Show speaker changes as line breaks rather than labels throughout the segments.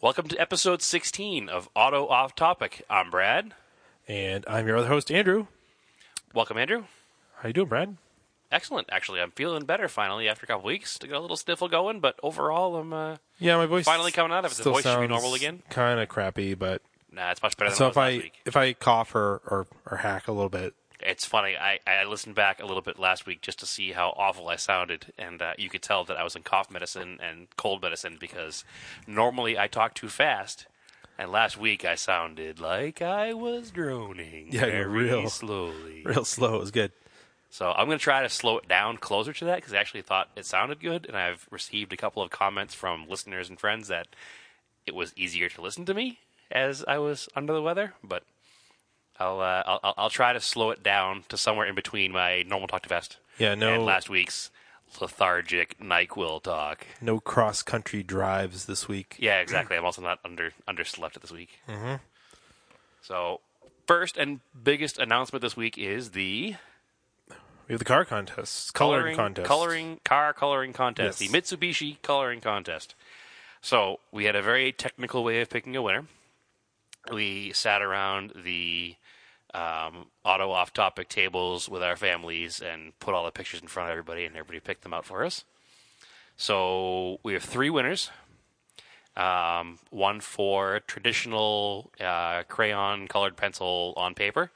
Welcome to episode 16 of Auto Off Topic. I'm Brad.
And I'm your other host, Andrew.
Welcome, Andrew.
How you doing, Brad?
Excellent. Actually, I'm feeling better finally after a couple weeks. I got a little sniffle going, but overall, I'm uh,
Yeah, my voice
Finally coming out of it. The
still
voice should be
sounds
normal again?
Kind of crappy, but
nah, it's much better than
so
it was
if I
last week.
if I cough or, or or hack a little bit,
It's funny. I, I listened back a little bit last week just to see how awful I sounded, and uh, you could tell that I was in cough medicine and cold medicine because normally I talk too fast, and last week I sounded like I was droning
Yeah, you're
very
real-
slowly.
real slow is good.
So I'm going to try to slow it down closer to that because I actually thought it sounded good, and I've received a couple of comments from listeners and friends that it was easier to listen to me as I was under the weather. But I'll uh, I'll- I'll, I'll try to slow it down to somewhere in between my normal talk to fest
Yeah, no-
and last week's lethargic Nyquil talk.
No cross country drives this week.
Yeah, exactly. I'm also not under underslept this week. Mm-hmm. So first and biggest announcement this week is the
We have the car contest, coloring, contest,
coloring car coloring contest,
Yes.
the Mitsubishi coloring contest. So we had a very technical way of picking a winner. We sat around the um, auto off topic tables with our families and put all the pictures in front of everybody, and everybody picked them out for us. So we have three winners. Um, one for traditional uh, crayon colored pencil on paper,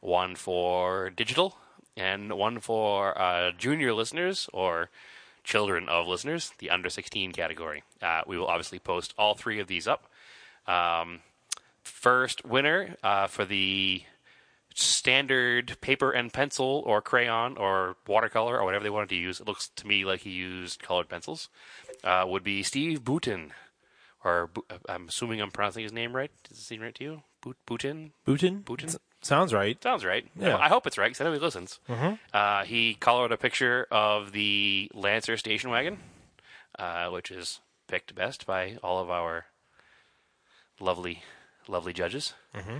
one for digital, and one for uh, junior listeners or children of listeners, the under 16 category. Uh, we will obviously post all three of these up. Um, first winner uh, for the standard paper and pencil or crayon or watercolor or whatever they wanted to use. It looks to me like he used colored pencils. Uh, would be Steve Boutin, or Bu- uh, I'm assuming I'm pronouncing his name right. Does it seem right to you? Boot Boutin
Bootin?
Bootin?
S- sounds right.
Sounds right.
Yeah. Mm-hmm.
I hope it's right because I know he listens. Uh, he colored a picture of the Lancer station wagon, uh, which is picked best by all of our lovely, lovely judges.
Mm-hmm.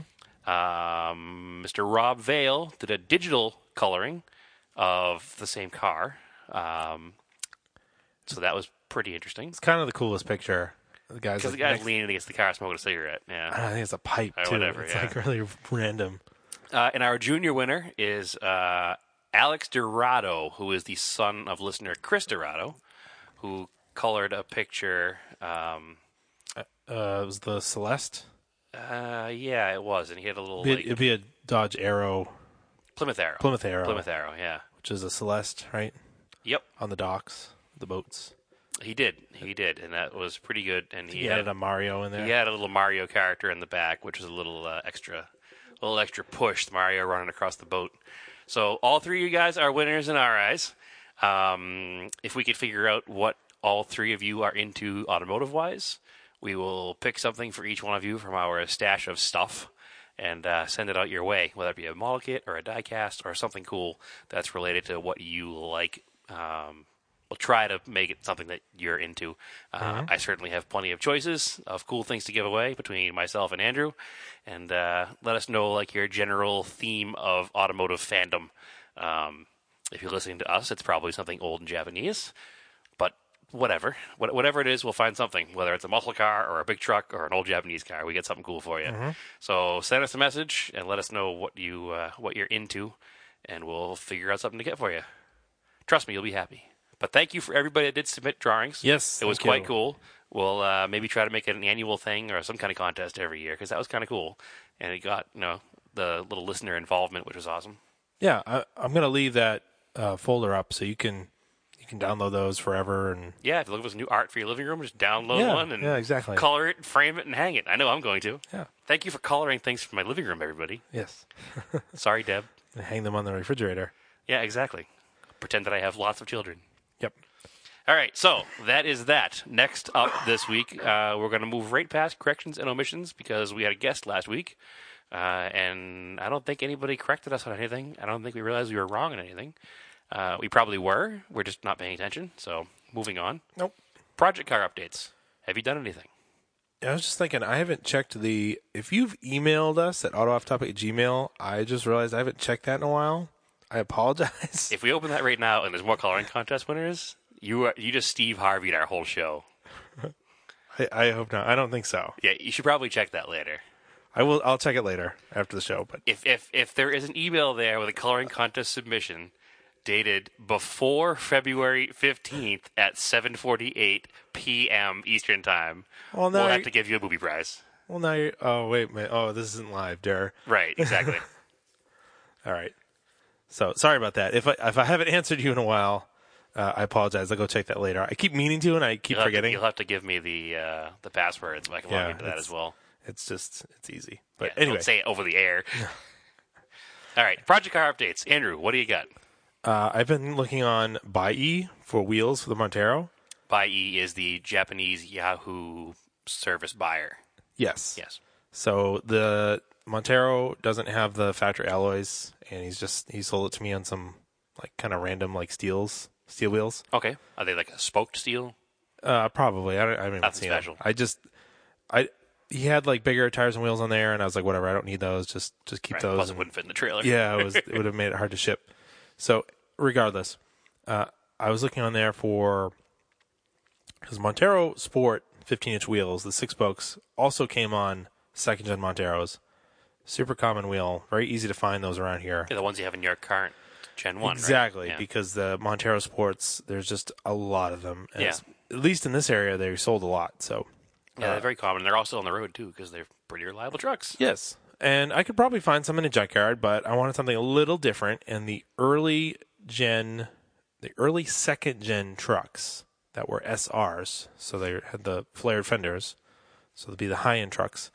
Um, Mr. Rob Vale did a digital coloring of the same car. Um, so that was pretty interesting.
It's kind of the coolest picture. The guy's
Because
like,
the guy's
next-
leaning against the car smoking a cigarette. Yeah.
I think it's a pipe
Or
too.
whatever,
it's
yeah.
like really random.
Uh, and our junior winner is uh, Alex Dorado, who is the son of listener Chris Dorado, who colored a picture. Um,
Uh, it was the Celeste.
uh, yeah, it was, and he had a little
It'd,
like
it'd be a Dodge Arrow,
Plymouth Arrow.
Plymouth Arrow,
Plymouth Arrow. Yeah.
which is a Celeste, right?
Yep.
On the docks, the boats.
He did. He did, and that was pretty good. And he
He
had
added a Mario in there.
He had a little Mario character in the back, which was a little uh, extra, a little extra push. Mario running across the boat. So all three of you guys are winners in our eyes. Um, if we could figure out what all three of you are into automotive wise, we will pick something for each one of you from our stash of stuff and uh, send it out your way, whether it be a model kit or a die cast or something cool that's related to what you like. Um, we'll try to make it something that you're into. Uh, I certainly have plenty of choices of cool things to give away between myself and Andrew, and uh, let us know like your general theme of automotive fandom. Um, if you're listening to us, it's probably something old and Japanese, but whatever, what, whatever it is, we'll find something. Whether it's a muscle car or a big truck or an old Japanese car, we get something cool for you.
Mm-hmm.
So send us a message and let us know what you uh, what you're into, and we'll figure out something to get for you. Trust me, you'll be happy. But thank you for everybody that did submit drawings.
Yes,
it was
thank
quite
you.
cool. We'll uh, maybe try to make it an annual thing or some kind of contest every year because that was kind of cool, and it got you know the little listener involvement, which was awesome.
Yeah, I, I'm gonna leave that uh, folder up so you can you can download those forever. And
Yeah, if you're looking for some new art for your living room, just download
Yeah,
one and
yeah, exactly.
color it, frame it, and hang it. I know I'm going to.
yeah,
Thank you for coloring things for my living room, everybody.
yes,
Sorry, Deb.
and hang them on the refrigerator.
Yeah, exactly. Pretend that I have lots of children.
Yep.
All right, so that is that. Next up this week, uh, we're going to move right past corrections and omissions because we had a guest last week, uh, and I don't think anybody corrected us on anything. I don't think we realized we were wrong on anything. Uh, we probably were. We're just not paying attention. So moving on.
Nope.
Project car updates. Have you done anything?
I was just thinking, I haven't checked the. If you've emailed us at autoofftopic Gmail, I just realized I haven't checked that in a while. I apologize.
If we open that right now and there's more coloring contest winners, you are, you just Steve Harveyed our whole show.
I, I hope not. I don't think so.
Yeah, you should probably check that later.
I will. I'll check it later after the show. But
If if if there is an email there with a coloring contest submission dated before February 15th at 7:48 p.m. Eastern Time,
Well, now
we'll
you-
have to give you a booby prize.
well, now you're. Oh wait, man. Oh, this isn't live, Dare.
Right, exactly.
All right. So sorry about that. If I if I haven't answered you in a while, uh, I apologize. I'll go check that later. I keep meaning to, and I keep
You'll have, to,
forgetting.
you'll have to give me the uh, the password so I can
Yeah,
log into that
it's-
as well.
It's just it's easy. But
Yeah,
anyway,
don't say it over the air. All right, project car updates. Andrew, what do you got?
uh, I've been looking on Bai for wheels for the Montero.
Buy E is the Japanese Yahoo service buyer.
Yes.
Yes.
So the Montero doesn't have the factory alloys, and he's just he sold it to me on some like kind of random like steels, steel wheels.
Okay. Are they like a spoked steel?
Uh, probably. I don't. I haven't even
Nothing
seen 'em.
special.
I just, I he had like bigger tires and wheels on there, and I was like, whatever. I don't need those. Just just keep
Right.
those.
Plus,
and-
it wouldn't fit in the trailer.
yeah, it was. It would have made it hard to ship. So regardless, uh, I was looking on there for because Montero Sport 15 inch wheels, the six spokes also came on second gen Monteros. Super common wheel, very easy to find those around here.
Yeah, the ones you have in your current Gen One. right?
Exactly,
Yeah.
because the Montero Sports, there's just a lot of them. And
Yeah.
it's- At least in this area, they're sold a lot. So
Yeah,
uh,
they're very common. They're also on the road too because they're pretty reliable trucks.
Yes. And I could probably find some in a junkyard, but I wanted something a little different. And the early gen, the early second gen trucks that were SRs, so they had the flared fenders, so they'd be the high end trucks.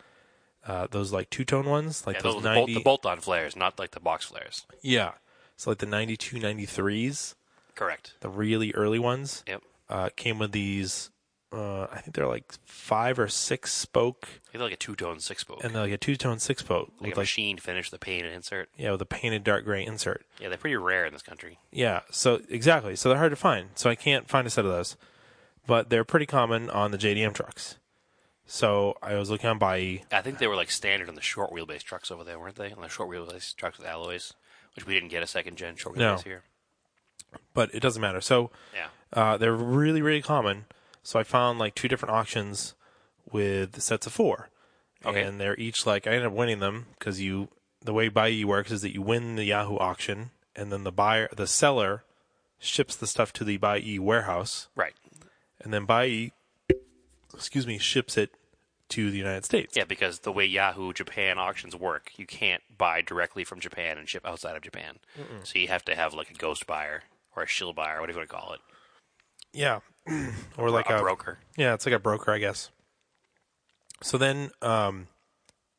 Uh, those like two tone ones, like
Yeah,
those,
those are the bolt,
90,
the bolt-on flares, not like the box flares.
yeah, so like the 92, 93s,
Correct.
the really early ones,
Yep.
uh, came with these. Uh, I think they're like five or six spoke,
They're like a two-tone six-spoke.
and they're like a two tone six spoke,
like
with
a
like
machine finish the paint and insert.
yeah, with a painted dark gray insert.
Yeah, they're pretty rare in this country.
Yeah, so exactly. So they're hard to find. So I can't find a set of those. But they're pretty common on the JDM trucks. So I was looking on Bai.
I think they were like standard on the short wheelbase trucks over there, weren't they? On the short wheelbase trucks with alloys, which we didn't get a second gen short
No.
wheelbase here.
but it doesn't matter. So
Yeah.
uh, they're really, really common. So I found like two different auctions with sets of four.
Okay.
And they're each like, I ended up winning them because you, the way Bai works is that you win the Yahoo auction and then the buyer, the seller ships the stuff to the Bai warehouse
Right.
and then Bai, excuse me, ships it to the United States.
Yeah, because the way Yahoo Japan auctions work, you can't buy directly from Japan and ship outside of Japan. So you have to have like a ghost buyer or a shill buyer, whatever you want to call it,
Yeah. or like
a
a,
broker.
yeah, it's like a broker, I guess. So then um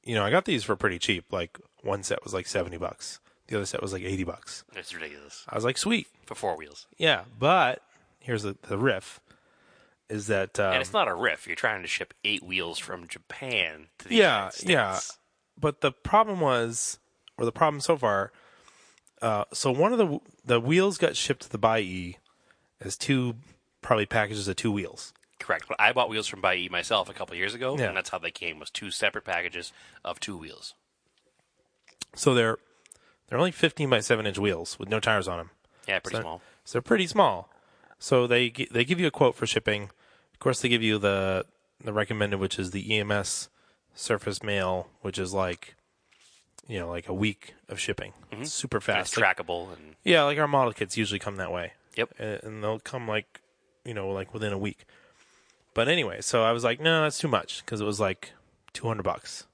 you know, I got these for pretty cheap. Like one set was like 70 bucks. The other set was like 80 bucks.
It's ridiculous
I was like, "Sweet."
for four wheels,
Yeah, but here's the, the riff is that um,
and it's not a riff. You're trying to ship eight wheels from Japan to the
Yeah,
United States.
yeah. But the problem was, or the problem so far, uh, so one of the the wheels got shipped to the Bai as two probably packages of two wheels.
Correct. But I bought wheels from Bai myself a couple years ago,
Yeah.
and that's how they came was two separate packages of two wheels.
So they're they're only 15 by 7 inch wheels with no tires on them.
Yeah, pretty
So-
small.
So they're pretty small. So they gi- they give you a quote for shipping. Of course, they give you the the recommended, which is the EMS surface mail, which is like you know like a week of shipping, super
And it's
fast. Like-
trackable and
yeah, like our model kits usually come that way.
Yep.
and and they'll come like you know like within a week but anyway so i was like no that's too much because it was like 200 bucks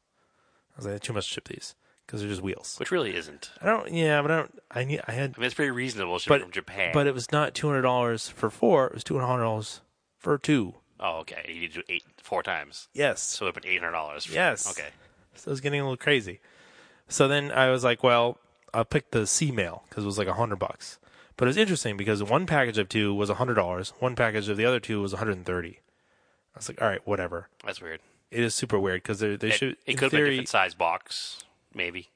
i was like too much to ship these because they're just wheels
Which really isn't.
i don't yeah but i don't i need i had
I mean, it's pretty reasonable shipping
But-
from Japan.
but it was not $200 for four it was $200 for two
oh, okay. You need to do eight four times,
yes
so it'd been eight hundred dollars.
Yes.
Okay.
so it was getting a little crazy so then i was like well i'll pick the c mail because it was like 100 bucks but it was interesting because one package of two was $100 one package of the other two was 130 i was like all right whatever
That's weird.
It is super weird because they they
It,
should.
it
in
could be a
theory,
different size box, maybe.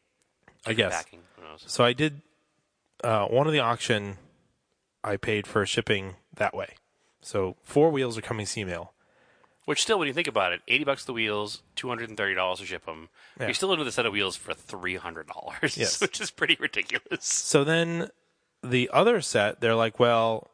I guess.
Packing. Who knows?
So I did uh, one of the auction. I paid for shipping that way, so four wheels are coming C mail.
Which still, when you think about it, eighty bucks the wheels, two hundred and thirty dollars to ship them.
Yeah.
You're still into the set of wheels for three hundred dollars,
Yes.
which is pretty ridiculous.
So then the other set, they're like, well,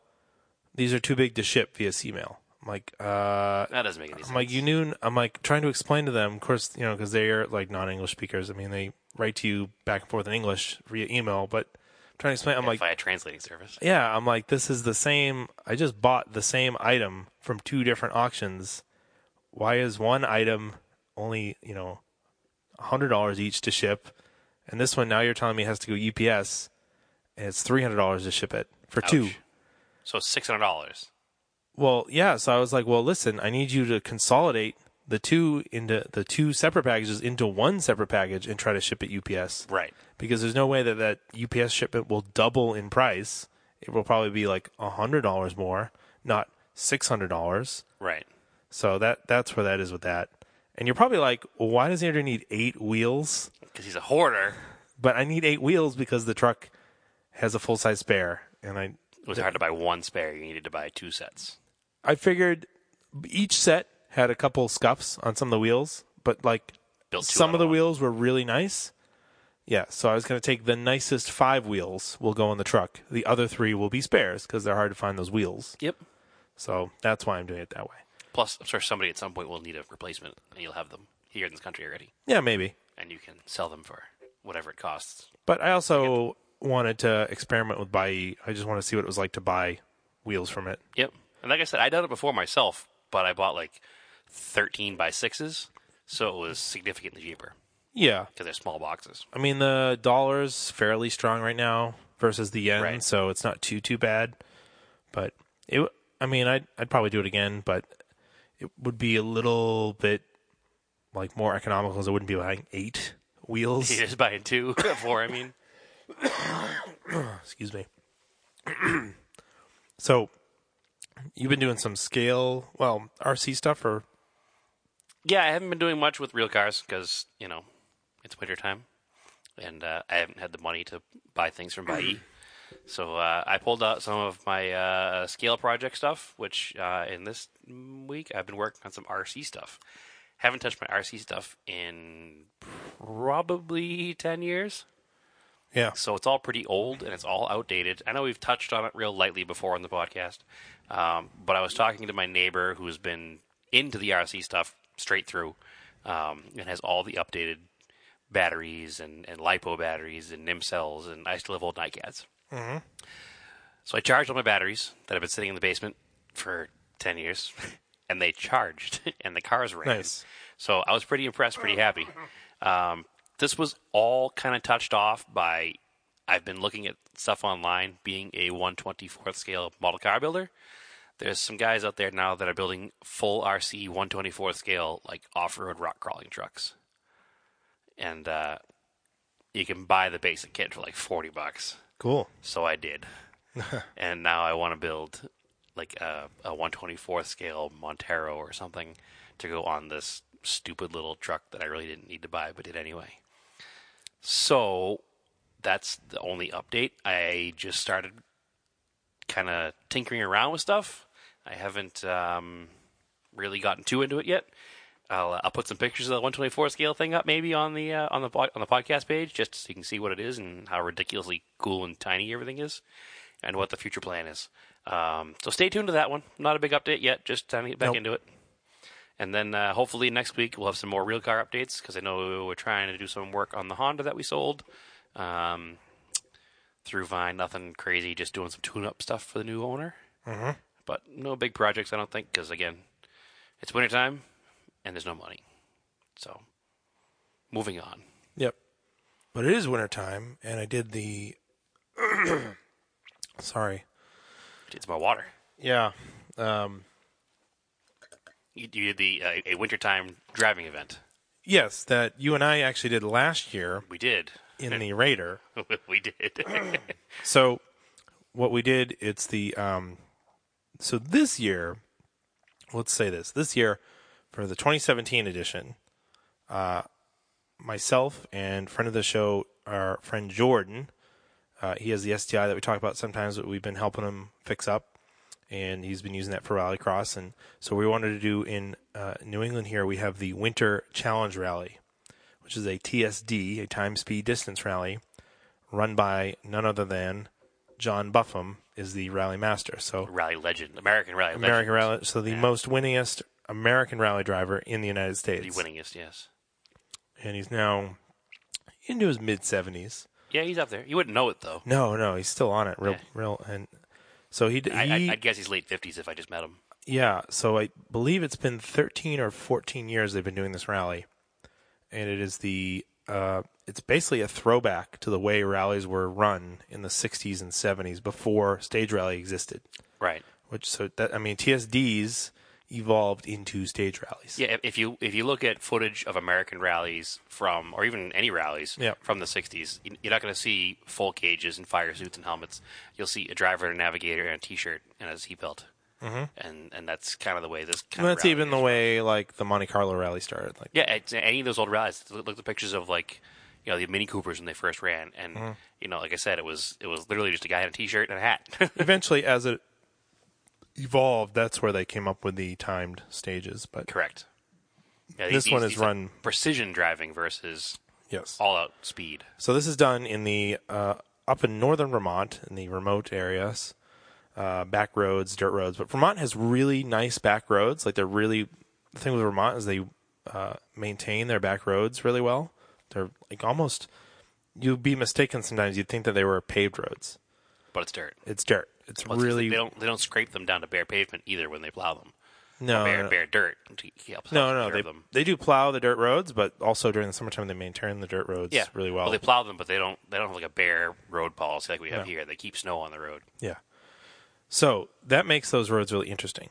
these are too big to ship via C mail. I'm like, uh,
That doesn't make any sense.
I'm like, you knew. I'm like trying to explain to them, of course, you know, because they're like non-English speakers. I mean, they write to you back and forth in English via email, but I'm trying to explain. I'm like,
via translating service.
yeah, I'm like, this is the same. I just bought the same item from two different auctions. Why is one item only, you know, hundred dollars each to ship, and this one now you're telling me has to go UPS, and it's three hundred dollars to ship it for two.
Ouch. So six hundred dollars.
Well, yeah. So I was like, well, listen, I need you to consolidate the two into the two separate packages into one separate package and try to ship it UPS.
Right.
Because there's no way that that UPS shipment will double in price. It will probably be like hundred dollars more, not six hundred dollars.
Right.
So that that's where that is with that. And you're probably like, well, why does Andrew need eight wheels?
Because he's a hoarder.
But I need eight wheels because the truck has a full size spare, and I
It was hard to buy one spare. You needed to buy two sets.
I figured each set had a couple scuffs on some of the wheels, but like
Built two
some
out
of the
one.
wheels were really nice. Yeah, so I was going to take the nicest five wheels will go in the truck. The other three will be spares because they're hard to find those wheels.
Yep.
So that's why I'm doing it that way.
Plus, I'm sure somebody at some point will need a replacement, and you'll have them here in this country already,
Yeah, maybe.
and you can sell them for whatever it costs.
But I also wanted to experiment with buy. I just want to see what it was like to buy wheels from it.
Yep. And like I said, I done it before myself, but I bought like 13 by sixes, so it was significantly cheaper
Yeah,
because they're small boxes.
I mean the dollar's fairly strong right now versus the yen,
Right.
so it's not too too bad. But it, w- I mean, I'd I'd probably do it again, but it would be a little bit like more economical, because I wouldn't be buying eight wheels.
You're just buying two, four. I mean,
Excuse me. so you've been doing some scale, well, RC stuff, or
yeah, I haven't been doing much with real cars because you know it's winter time, and uh, I haven't had the money to buy things from Bai. So uh, I pulled out some of my uh, scale project stuff, which uh, in this week I've been working on some RC stuff. Haven't touched my RC stuff in probably ten years.
yeah,
So it's all pretty old and it's all outdated. I know we've touched on it real lightly before on the podcast, um, but I was talking to my neighbor who's been into the RC stuff straight through um, and has all the updated batteries and, and lipo batteries and NIM cells, and I still have old NiCads. Mm-hmm. So I charged all my batteries that have been sitting in the basement for 10 years, and they charged, and the cars ran.
Nice.
So I was pretty impressed, pretty happy. Um, this was all kind of touched off by I've been looking at stuff online, being a 124th scale model car builder. There's some guys out there now that are building full RC 124th scale, like off road rock crawling trucks. And uh, you can buy the basic kit for like 40 bucks.
cool.
So I did. and now I want to build like a, a 124th scale Montero or something to go on this stupid little truck that I really didn't need to buy but did anyway. So that's the only update. I just started kind of tinkering around with stuff. I haven't um, really gotten too into it yet. I'll, uh, I'll put some pictures of the 124 scale thing up maybe on the uh, on the pod- on the podcast page just so you can see what it is and how ridiculously cool and tiny everything is and what the future plan is. Um, so stay tuned to that one. Not a big update yet, just trying to get back
Nope.
into it. And then uh, hopefully next week we'll have some more real car updates because I know we're trying to do some work on the Honda that we sold um, through Vine. Nothing crazy, just doing some tune-up stuff for the new owner. But no big projects, I don't think, because again, it's wintertime and there's no money. So, moving on.
Yep. But it is wintertime, and I did the. Sorry.
It's my water.
Yeah. Um,
You, you did the uh, a wintertime driving event.
yes, that you and I actually did last year
We did.
in the Raider.
we did.
So what we did, it's the um so this year, let's say this. This year for the 2017 edition, uh myself and friend of the show, our friend Jordan, uh, he has the STI that we talk about sometimes that we've been helping him fix up and he's been using that for rallycross and so we wanted to do in uh, New England here we have the Winter Challenge Rally, which is a TSD, a time speed distance rally run by none other than John Buffum is the Rally Master. So
Rally legend, American rally
American
legend,
Rally, so the most winningest American Rally driver in the United States,
the winningest. Yes,
and he's now into his mid seventies.
yeah, he's up there. You wouldn't know it though.
No, no, he's still on it. Real,
Yeah.
real, and so he, d-
I,
he
I, I'd guess he's late fifties if I just met him.
yeah. So I believe it's been thirteen or fourteen years they've been doing this rally, and it is the uh, it's basically a throwback to the way rallies were run in the '60s and '70s before stage rally existed.
Right.
Which so that I mean TSDs evolved into stage rallies.
Yeah, if- if you if you look at footage of American rallies from, or even any rallies
Yeah.
from the '60s, you- you're not going to see full cages and fire suits and helmets. You'll see a driver and a navigator and a T-shirt and a seatbelt, mm-hmm. and and that's kind of the way this. Kind
And
of
that's
rally
even the way like the Monte Carlo rally started. Like
Yeah, it's, any of those old rallies. Look, look at the pictures of like, you know, the Mini Coopers when they first ran, and
Mm-hmm.
you know, like I said, it was it was literally just a guy in a T-shirt and a hat.
eventually, as it evolved, that's where they came up with the timed stages. But
Correct. Yeah,
This one is run-
precision driving versus
yes,
all out speed.
So this is done in the uh, up in northern Vermont in the remote areas, uh, back roads, dirt roads. But Vermont has really nice back roads. Like they're really the thing with Vermont is they uh, maintain their back roads really well. They're like almost you'd be mistaken sometimes. You'd think that they were paved roads.
But it's dirt.
It's dirt. It's
Well, it's- it's like
really
they don't they don't scrape them down to bare pavement either when they plow them.
no
bare
no,
bare dirt to help
Uh, no,
help
no.
preserve
They
them.
they do plow the dirt roads, but also during the summertime they maintain the dirt roads
Yeah,
really well.
They plow them, but they don't they don't have like a bare road policy like we have here. They keep snow on the road.
Yeah. So that makes those roads really interesting.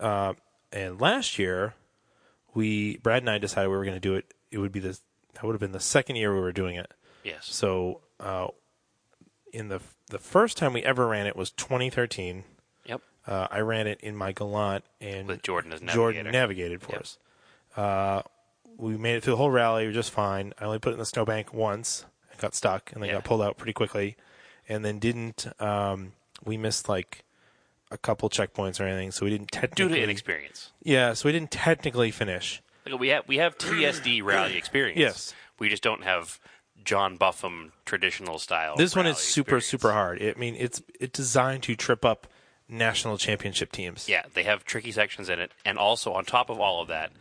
Uh, and last year, we Brad and I decided we were going to do it. It would be the that would have been the second year we were doing it.
Yes,
So uh, in the the first time we ever ran it was 2013.
yep.
Uh, I ran it in my Gallant and
With Jordan as navigator.
Jordan navigated for us. Uh, we made it through the whole rally. We were just fine. I only put it in the snowbank once. I got stuck and then
Yeah.
got pulled out pretty quickly. And then didn't. Um, we missed like a couple checkpoints or anything, so we didn't
Due to
technically.
inexperience.
yeah, so we didn't technically finish.
Like, we have we have TSD rally experience.
Yes.
we just don't have John Buffum traditional style.
This one
rally
is super
experience.
super hard. I mean, it's it's designed to trip up national championship teams.
Yeah, they have tricky sections in it, and also on top of all of that,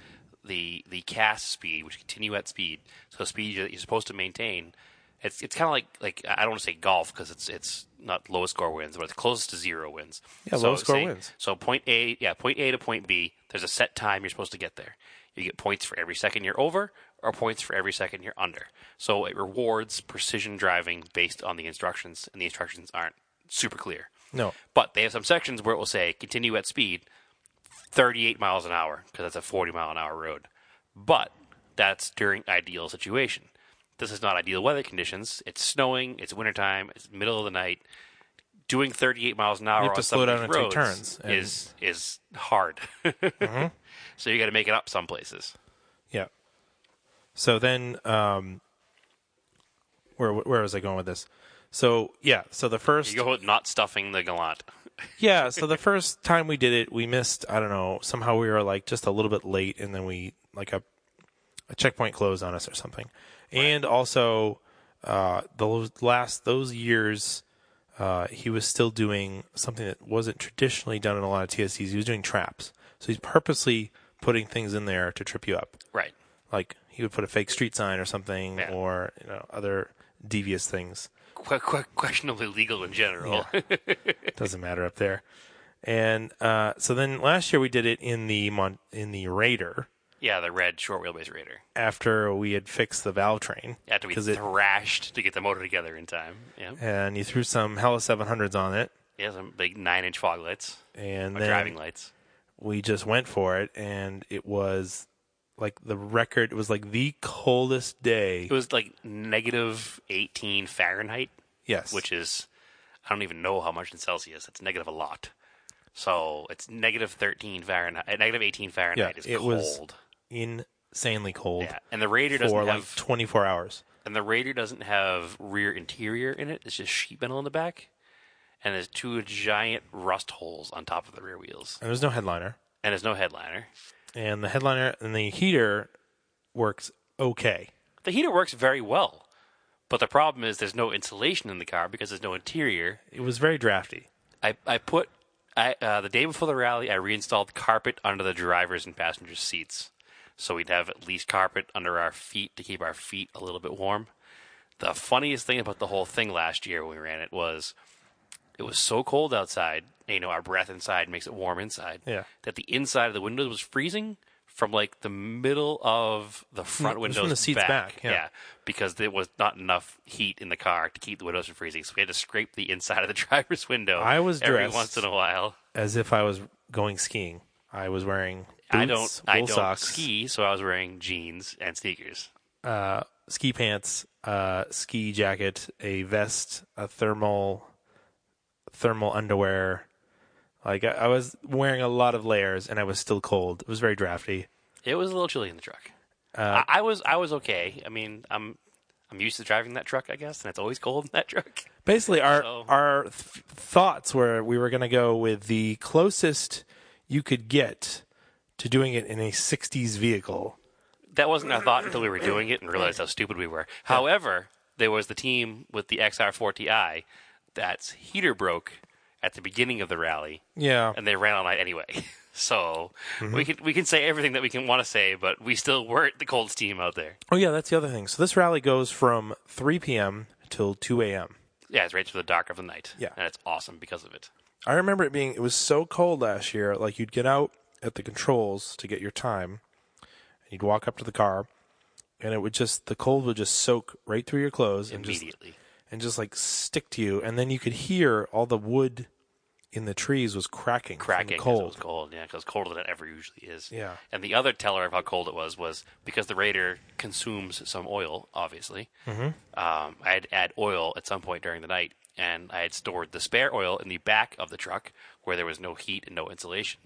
the the cast speed, which continue at speed, so speed that you're supposed to maintain. It's it's kind of like like I don't want to say golf because it's it's not lowest score wins, but it's closest to zero wins.
Yeah, lowest score
say-
wins.
So point A, yeah, point A to point B. There's a set time you're supposed to get there. You get points for every second you're over, or points for every second you're under. So it rewards precision driving based on the instructions, and the instructions aren't super clear.
No.
But they have some sections where it will say continue at speed 38 miles an hour because that's a 40 mile an hour road. But that's during ideal situation. This is not ideal weather conditions. It's snowing, it's wintertime, it's middle of the night. Doing 38 miles an hour
have
on
to
some
slow
of
down
these
and take
roads
turns, and- Mm-hmm.
is is hard. So you got to make it up some places.
Yeah. So then, um, where where was I going with this? So yeah, so the first
You go with not stuffing the gallant.
yeah, so the first time we did it, we missed. I don't know. Somehow we were like just a little bit late, and then we like a a checkpoint closed on us or something. And also, uh, those last those years, uh, he was still doing something that wasn't traditionally done in a lot of TSCs. He was doing traps, so he's purposely putting things in there to trip you up
Right.
like he would put a fake street sign or something
Yeah.
or you know other devious things
Qu- qu- questionably legal in general.
doesn't matter up there and uh, so then last year we did it in the Mon- in the raider
yeah, the red short wheelbase raider.
after we had fixed the valve train
After we
'Cause it-
thrashed to get the motor together in time. Yeah.
and you threw some hella 700s on it
Yeah, some big nine inch fog lights.
and
Or
then
driving lights.
we just went for it and it was like the record it was like the coldest day
It was like negative eighteen Fahrenheit,
yes
which is I don't even know how much in Celsius. It's negative a lot. So it's negative thirteen Fahrenheit uh, negative eighteen Fahrenheit
Yeah,
is
it
cold.
was- insanely cold
yeah. And the Raider doesn't
for
have
like 24 hours
and the Raider doesn't have rear interior in it. It's just sheet metal in the back. And there's two giant rust holes on top of the rear wheels.
and there's no headliner
And there's no headliner.
and the headliner and the heater works okay.
The heater works very well. But the problem is there's no insulation in the car because there's no interior.
It was very drafty.
I, I put I, uh, the day before the rally, I reinstalled carpet under the drivers and passenger seats, so we'd have at least carpet under our feet to keep our feet a little bit warm. The funniest thing about the whole thing last year when we ran it was it was so cold outside. You know, our breath inside makes it warm inside.
Yeah.
That the inside of the windows was freezing from like the middle of the front
From
windows
the seats back, yeah.
because there was not enough heat in the car to keep the windows from freezing. So we had to scrape the inside of the driver's window.
I was
every
dressed-
once in a while.
as if I was going skiing. I was wearing boots,
I don't.
wool
I don't
socks,
ski, so I was wearing jeans and sneakers.
uh, ski pants, uh, ski jacket, a vest, a thermal thermal underwear. Like I, I was wearing a lot of layers, and I was still cold. It was very drafty.
It was a little chilly in the truck.
Uh,
I, I was. I was okay. I mean, I'm. I'm used to driving that truck, I guess, and it's always cold in that truck.
Basically, our
So-
our th- thoughts were we were going to go with the closest you could get to doing it in a '60s vehicle.
That wasn't our thought until we were doing it and realized how stupid we were. However, there was the team with the XR40i that's heater broke at the beginning of the rally,
Yeah,
and they ran all night anyway. So we
Mm-hmm.
can we can say everything that we can want to say, but we still weren't the Colts team out there.
Oh yeah, that's the other thing. So this rally goes from 3 p.m. till 2 a.m.
Yeah, it's right to the dark of the night.
Yeah.
and it's awesome because of it.
I remember it being it was so cold last year. Like you'd get out at the controls to get your time, and you'd walk up to the car, and it would just the cold would just soak right through your clothes and just
Immediately.
and just like stick to you. And then you could hear all the wood in the trees was cracking, from
cracking
the
'cause It
cold.
was cold, yeah, because colder than it ever usually is.
Yeah.
And the other teller of how cold it was was because the Raider consumes some oil, obviously. Mm-hmm. Um, I had to add oil at some point during the night, and I had stored the spare oil in the back of the truck where there was no heat and no insulation.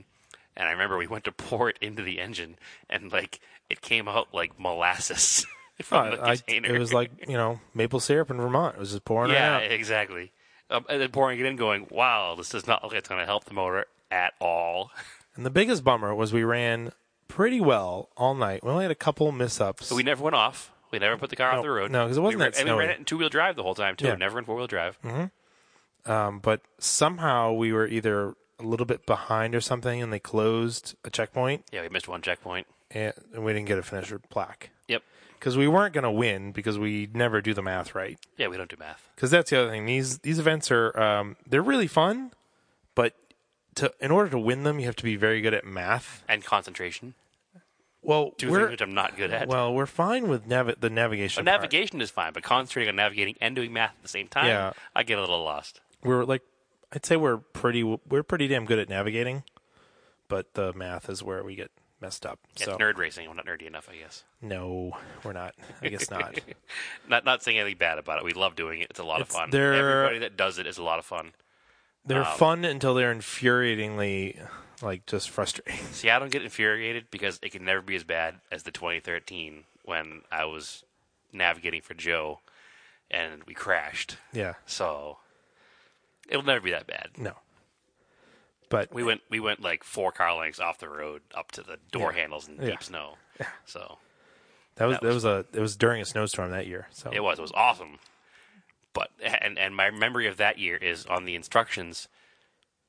And I remember we went to pour it into the engine, and like it came out like molasses from the
Uh, I- I-
container.
it was like you know maple syrup in Vermont. It was just pouring
Yeah,
it out.
exactly. Um, and then pouring it in, going, "Wow, this does not look like it's going to help the motor at all."
And the biggest bummer was we ran pretty well all night. We only had a couple miss ups.
We never went off. We never put the car off the road.
no, 'cause it wasn't
we
that
And we ran
snowy.
it in two wheel drive the whole time too.
Yeah. Mm-hmm.
Never in four wheel drive.
um, but somehow we were either a little bit behind or something, and they closed a checkpoint,
Yeah, we missed one checkpoint.
and, and we didn't get a finisher plaque
Yep.
because we weren't going to win because we never do the math right.
Yeah, we don't do math.
Because that's the other thing these these events are um, they're really fun, but to in order to win them, you have to be very good at math.
And concentration.
Well,
2
we're
things which I'm not good at.
well, we're fine with navi- the navigation. part.
Navigation is fine, but concentrating on navigating and doing math at the same time,
Yeah.
I get a little lost.
we're like I'd say we're pretty we're pretty damn good at navigating, but the math is where we get messed up.
It's
so
nerd racing. I'm not nerdy enough, I guess.
No, we're not. I guess not.
Not not saying anything bad about it. We love doing it. It's a lot of
It's-
fun.
they're-
Everybody that does it is a lot of fun.
They're
Um,
fun until they're infuriatingly, like, just frustrating.
See, I don't get infuriated because it can never be as bad as the 2013 when I was navigating for Joe and we crashed.
yeah.
So it'll never be that bad.
No. But
We went we went like four car lengths off the road up to the door
Yeah.
handles in
Yeah.
deep snow. So
that was
that
that was a it was during a snowstorm that year. So
it was it was awesome. But and and my memory of that year is on the instructions,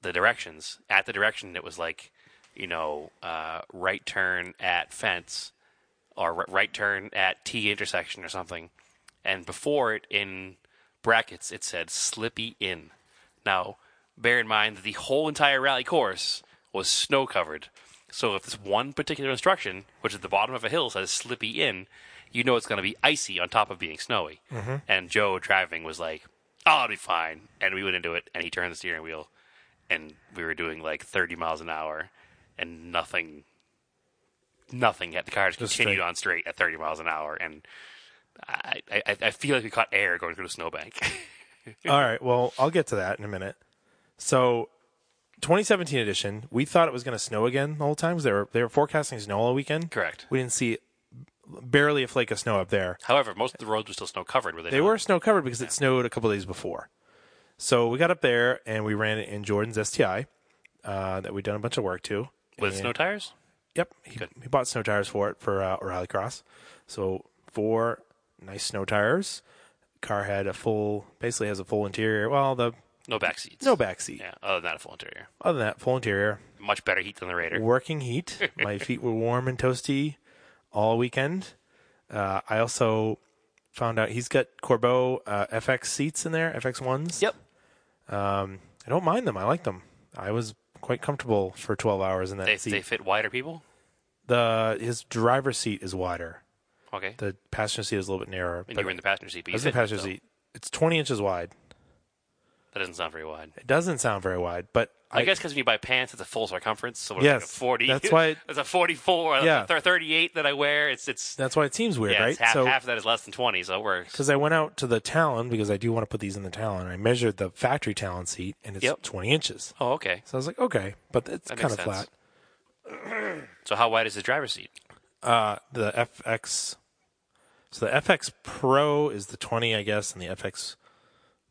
the directions at the direction it was like, you know, uh, right turn at fence, or ri- right turn at T intersection or something, and before it in brackets it said slippy in. Now, bear in mind that the whole entire rally course was snow covered. So if this one particular instruction, which is the bottom of a hill, says slippy in, you know it's going to be icy on top of being snowy. And Joe driving was like, "Oh, it'll be fine." And we went into it, and he turned the steering wheel, and we were doing like 30 miles an hour, and nothing, nothing. Yet the cars continued
straight.
on straight at 30 miles an hour, and I, I, I- I feel like we caught air going through the snowbank.
all right. Well, I'll get to that in a minute. So, 2017 edition, we thought it was going to snow again the whole time. 'cause They were they were forecasting snow all weekend.
Correct.
We didn't see barely a flake of snow up there.
However, most of the roads were still snow covered. Were they?
They
not?
were snow covered because it snowed a couple days before. So we got up there and we ran it in Jordan's STI uh, that we'd done a bunch of work to.
with
And-
snow tires.
Yep, he, he bought snow tires for it for uh, rallycross. So four nice snow tires. Car had a full, basically has a full interior. Well, the
No back seats.
No backseat.
Yeah, other than that, a full interior.
Other than that, full interior,
Much better heat than the Raider.
working heat. My feet were warm and toasty all weekend. Uh, I also found out he's got Corbeau uh, FX seats in there, FX ones.
Yep.
I don't mind them. I like them. I was quite comfortable for 12 hours in that
They,
seat.
they fit wider people.
the his driver's seat is wider.
Okay.
The passenger seat is a little bit narrower.
and
but
you were in the passenger seat. But
I
you
was in the
said
passenger
so.
seat. It's 20 inches wide.
That doesn't sound very wide.
It doesn't sound very wide, but
I, guess because when you buy pants, it's a full circumference. So what,
Yes,
it's like a forty.
that's why-
it's a forty-four.
Yeah.
Yeah. thirty-eight that I wear. It's it's
that's why it seems weird,
yeah.
right?
It's half,
so
half of that is less than twenty. So it works.
because I went out to the Talon because I do want to put these in the Talon. I measured the factory Talon seat and it's
Yep.
20 inches.
Oh, okay.
So I was like, okay, but it's
That
kind
makes
of flat.
sense. So how wide is the driver's seat?
Uh, the FX, so the FX Pro is the 20, I guess, and the FX,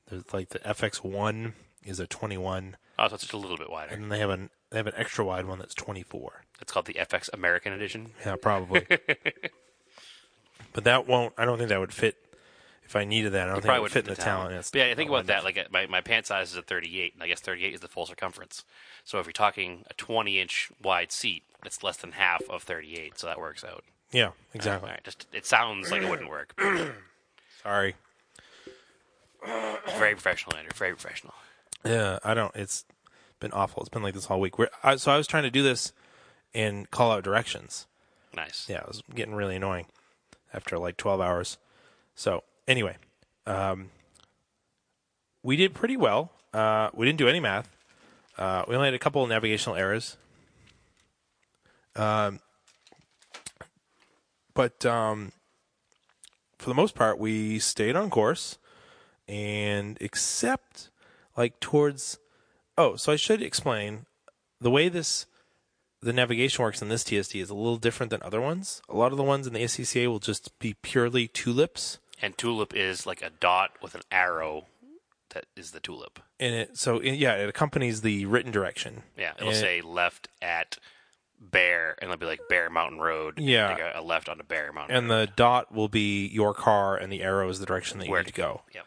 there's like the FX One is a 21,
Oh, so it's just a little bit wider.
and then they have an they have an extra wide one that's 24.
It's called the FX American Edition.
Yeah, probably. but that won't. I don't think that would fit. If I needed that, I don't think it would fit in the Talon. It's
But yeah, I think
not wide
about that. Like uh, my, my pant size is a 38, and I guess 38 is the full circumference. So if you're talking a 20 inch wide seat, it's less than half of 38, so that works out.
enough. Yeah,
All
exactly.
right, just it sounds like it wouldn't work. but
Sorry.
very professional, Andrew. Very professional.
Yeah, I don't. It's been awful. It's been like this all week. We're, I, so I was trying to do this and call out directions.
Nice.
Yeah, it was getting really annoying after like 12 hours. So anyway, um, we did pretty well. Uh, we didn't do any math. Uh, we only had a couple of navigational errors. Um, but um, for the most part, we stayed on course, and except like towards. Oh, so I should explain the way this the navigation works in this TSD is a little different than other ones. A lot of the ones in the ACCA will just be purely tulips,
And tulip is like a dot with an arrow that is the tulip.
and it so it- yeah, it accompanies the written direction.
Yeah, it'll
And it-
say left at Bear, and it'll be like Bear Mountain Road. and
Yeah.
like a, a left onto Bear Mountain.
and the dot will be your car, and the arrow is the direction that you
Where
need to
to
go.
Road. Yep.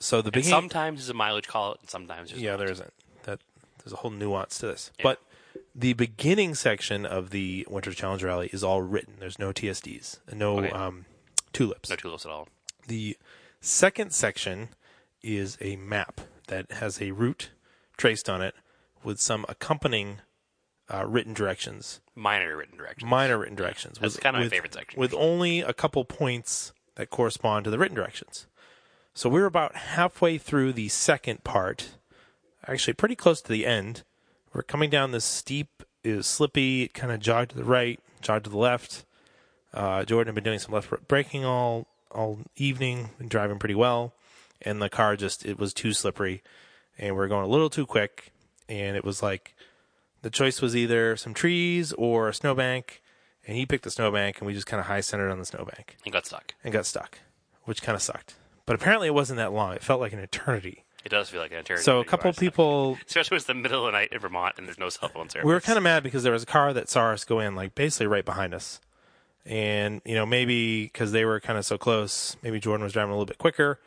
So the
And
beginning,
sometimes there's a mileage call, and sometimes there's
yeah, there isn't that. There's a whole nuance to this, but the beginning section of the Winter Challenge Rally is all written. There's no TSDs, and no
Okay.
um, tulips.
no tulips at all.
The second section is a map that has a route traced on it with some accompanying uh, written directions,
minor written direction.
minor written directions.
That's
with-
kinda my
with-
favorite section,
With only a couple points that correspond to the written directions. So we're about halfway through the second part, actually pretty close to the end. We're coming down this steep, is slippy, kind of jog to the right, jog to the left. Uh, Jordan had been doing some left foot braking all all evening, been driving pretty well, and the car just it was too slippery, and we are going a little too quick, and it was like the choice was either some trees or a snowbank, and he picked the snowbank, and we just kind of high centered on the snowbank
and got stuck.
and got stuck, which kind of sucked. But apparently, it wasn't that long. It felt like an eternity.
It does feel like an interior.
So a couple people
especially when it's the middle of the night in Vermont and there's no cell phone service.
we were kind of mad because there was a car that saw us go in, like basically right behind us. And, you know, maybe because they were kind of so close, maybe Jordan was driving a little bit quicker.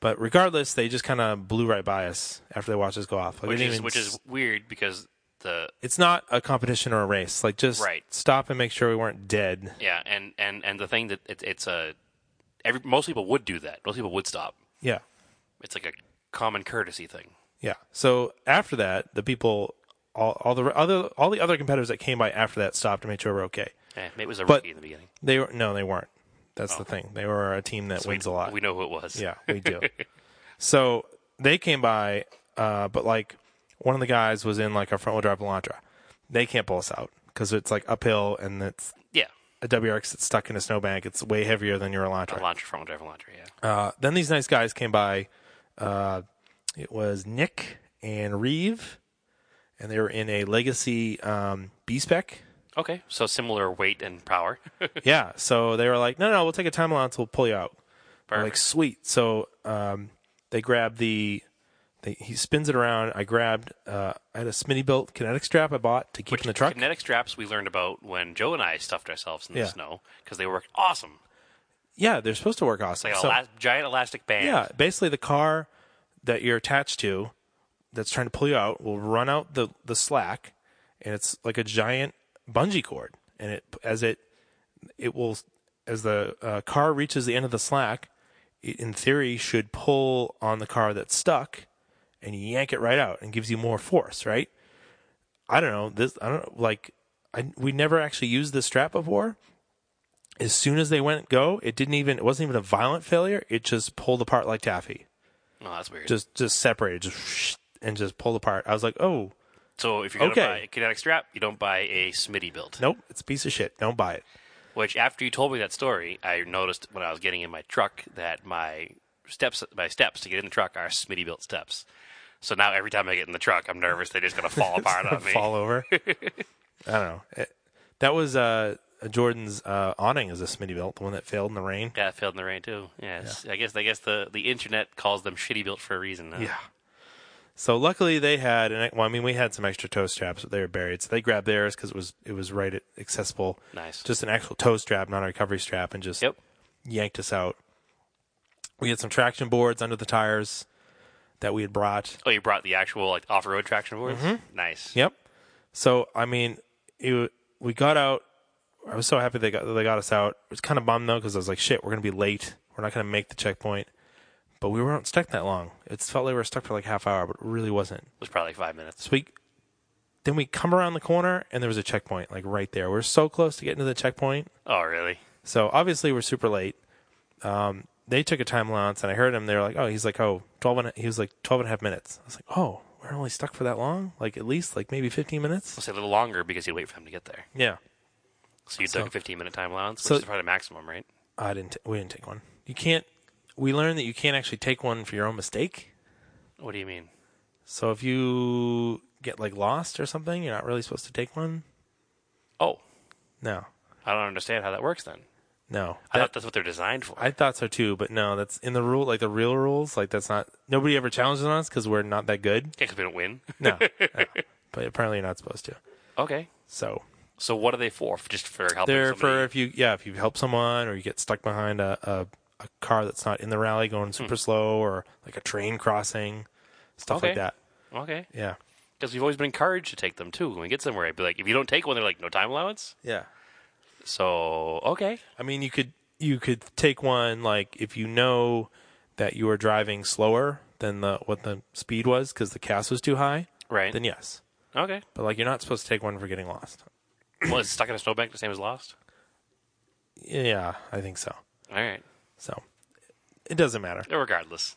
But regardless, they just kind of blew right by us after they watched us go off. Like, they
which
didn't
is,
even
which is weird because the
it's not a competition or a race. Like, just
Right.
stop and make sure we weren't dead.
yeah, and and and the thing that it, it's a every most people would do that. Most people would stop.
Yeah.
It's like a common courtesy thing.
Yeah. So after that, the people, all, all the other, all the other competitors that came by after that stopped to make sure we're okay.
Eh, maybe it was a
But-
rookie in the beginning.
They were, no, they weren't. That's the thing. They were a team that wins a lot.
We know who it was.
Yeah, we do. so they came by, uh, but like one of the guys was in like a front wheel drive Elantra. They can't pull us out because it's like uphill and it's
yeah.
a WRX that's stuck in a snowbank. It's way heavier than your Elantra.
Launcher front driver launcher. Yeah.
Uh, then these nice guys came by. Uh, it was Nick and Reeve, and they were in a legacy um, B spec.
okay, so similar weight and power.
yeah. So they were like, no, no, we'll take a time allowance. We'll pull you out. I'm Like,
Perfect.
sweet. So um, they grab the, they, he spins it around. I grabbed, uh, I had a Smitty built kinetic strap I bought to keep in the truck.
Kinetic straps we learned about when Joe and I stuffed ourselves in the
Yeah.
snow because they worked awesome.
yeah, they're supposed to work awesome.
Like a
So-
elas- giant elastic band.
yeah, basically the car that you're attached to that's trying to pull you out will run out the the slack, and it's like a giant bungee cord. And it as it it will as the uh, car reaches the end of the slack, it in theory should pull on the car that's stuck, and yank it right out, and gives you more force, right? I don't know this. I don't like. I we never actually used this strap before. As soon as they went go, it didn't even. It wasn't even a violent failure. It just pulled apart like taffy.
Oh, that's weird.
Just just separated, just and just pulled apart. I was like, oh
so if you're gonna
okay.
buy a kinetic strap, you don't buy a Smitty built.
nope, it's a piece of shit. Don't buy it.
Which after you told me that story, I noticed when I was getting in my truck that my steps my steps to get in the truck are Smitty built steps. So now every time I get in the truck, I'm nervous they're just gonna fall apart on me.
Fall over. I don't know. It- that was uh, Jordan's uh, awning as a Smitty belt, the one that failed in the rain.
Yeah, it failed in the rain too. Yes, I guess I guess the, the internet calls them shitty built for a reason. huh?
Yeah. So luckily they had, and I, well, I mean, we had some extra toe straps, but they were buried. So they grabbed theirs because it was it was right at accessible.
Nice.
Just an actual toe strap, not a recovery strap, and just
Yep.
yanked us out. We had some traction boards under the tires that we had brought.
Oh, you brought the actual like off road traction boards. Nice.
Yep. So I mean, it, wa- we got out. I was so happy they got they got us out. It was kind of bummed though because I was like, shit, we're gonna be late. We're not gonna make the checkpoint. But we weren't stuck that long. It felt like we were stuck for like half hour, but it really wasn't.
It was probably like five minutes.
So we then we come around the corner and there was a checkpoint like right there. We're so close to getting to the checkpoint.
Oh, really?
So obviously we're super late. Um, they took a time allowance and I heard him. They were like, oh, he's like, oh, 12 and a, he was like 12 and a half minutes. I was like, oh, we're only stuck for that long? Like at least like maybe 15 minutes?
Let's say a little longer because you wait for him to get there.
Yeah.
So you took a 15 minute time allowance, which
so-
is probably the maximum, right?
I didn't, t- we didn't take one. You can't, we learned that you can't actually take one for your own mistake.
What do you mean?
So if you get like lost or something, you're not really supposed to take one.
Oh,
No,
I don't understand how that works then.
no.
I thought that's what they're designed for.
I thought so too, but no, that's in the rule, like the real rules. Like that's not nobody ever challenges on us because we're not that good.
because we don't win.
No, no. but apparently you're not supposed to.
okay.
So
So what are they for? Just for helping
they're for
somebody?
if you yeah if you help someone or you get stuck behind a a, a car that's not in the rally
Hmm.
going super slow or like a train crossing stuff
Okay.
like that.
okay.
Yeah,
Because we've always been encouraged to take them too. When we get somewhere, I'd be like, if you don't take one, they're like, no time allowance.
yeah.
So okay.
I mean, you could you could take one like if you know that you are driving slower than the what the speed was because the cast was too high.
Right.
Then yes,
okay.
but like you're not supposed to take one for getting lost.
well, it's stuck in a snowbank the same as lost.
Yeah, I think so.
All right.
So it doesn't matter.
Regardless.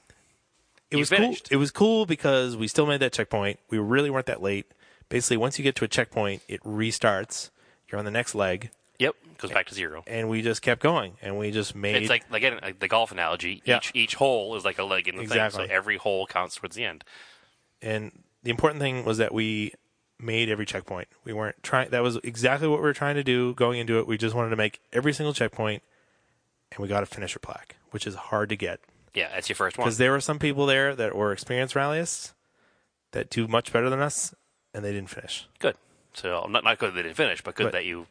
It was
finished.
cool. It was cool because we still made that checkpoint. We really weren't that late. Basically, once you get to a checkpoint, it restarts. You're on the next leg,
Yep. Goes back to zero.
and we just kept going, and we just made.
It's like again like the golf analogy.
Yeah.
Each each hole is like a leg in the
Exactly.
thing, so every hole counts towards the end.
and the important thing was that we made every checkpoint. We weren't trying. That was exactly what we were trying to do going into it. We just wanted to make every single checkpoint, and we got a finisher plaque, which is hard to get.
Yeah, that's your first one.
because there were some people there that were experienced rallyists that do much better than us, and they didn't finish.
Good. So not not good that they didn't finish, but good
But-
that you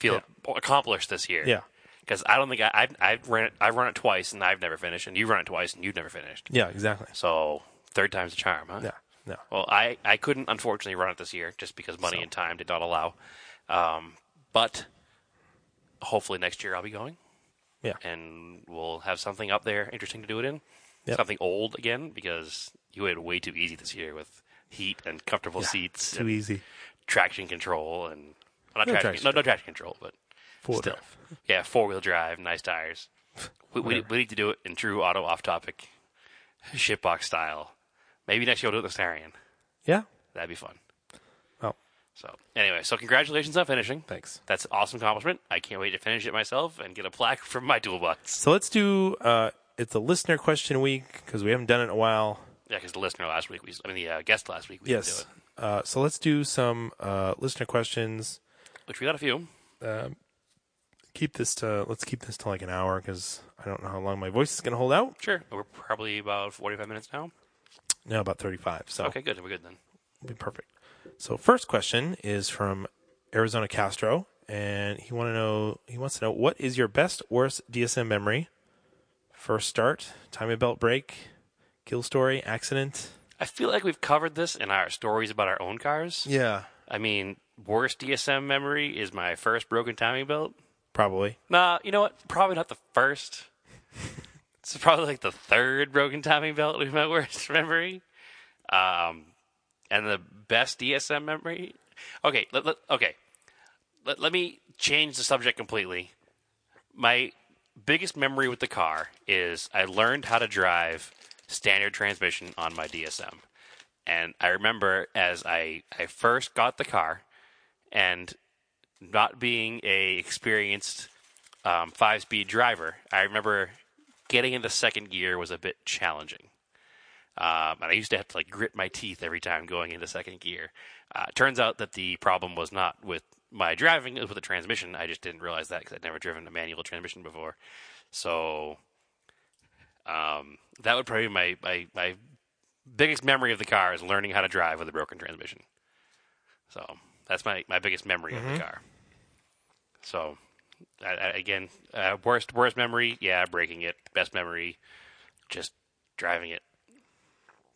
feel accomplished this year.
Yeah.
Because I don't think I I've, I've ran it, I've run it twice and I've never finished, and you run it twice and you've never finished.
Yeah, exactly.
So third time's a charm, huh?
Yeah, no.
Well, I, I couldn't unfortunately run it this year just because money and time did not allow. Um, but hopefully next year I'll be going.
Yeah.
And we'll have something up there interesting to do it in.
Yep.
Something old again because you had way too easy this year with heat and comfortable seats
Too
and
easy.
traction control and well, not
No
traction,
traction
no, no traction control, but
Four
still.
drive.
Yeah, four wheel drive, nice tires. We, we, we need to do it in true auto off topic shitbox style. Maybe next year we'll do it with the Starion.
Yeah.
That'd be fun.
Well,
So anyway, so congratulations on finishing.
thanks.
That's an awesome accomplishment. I can't wait to finish it myself and get a plaque from my toolbox.
So let's do. Uh, it's a listener question week because we haven't done it in a while.
Yeah, because the listener last week, we, I mean the uh, guest last week, we
Yes.
didn't do
Uh, so let's do some uh, listener questions. Um,
it, which we got a few.
Keep this to. Let's keep this to like an hour because I don't know how long my voice is going to hold out.
Sure, we're probably about forty-five minutes now.
No, about thirty-five. So
Okay, good. We're good then.
be perfect. So first question is from Arizona Castro, and he want to know he wants to know what is your best worst DSM memory? First start, timing belt break, kill story, accident.
I feel like we've covered this in our stories about our own cars.
Yeah,
I mean, worst DSM memory is my first broken timing belt.
probably.
Nah, you know what? Probably not the first. it's probably like the third broken timing belt was my worst memory. Um, and the best DSM memory. Okay, let, let okay. Let, let me change the subject completely. My biggest memory with the car is I learned how to drive standard transmission on my DSM. And I remember as I, I first got the car and not being a experienced um, five speed driver, I remember getting into second gear was a bit challenging. Um, and I used to have to like grit my teeth every time going into second gear. Uh, turns out that the problem was not with my driving, it was with the transmission. I just didn't realize that because I'd never driven a manual transmission before. So um, that would probably be my, my, my biggest memory of the car is learning how to drive with a broken transmission. So that's my, my biggest memory of the car. So I, I, again, uh, worst worst memory, yeah, breaking it. Best memory, just driving it.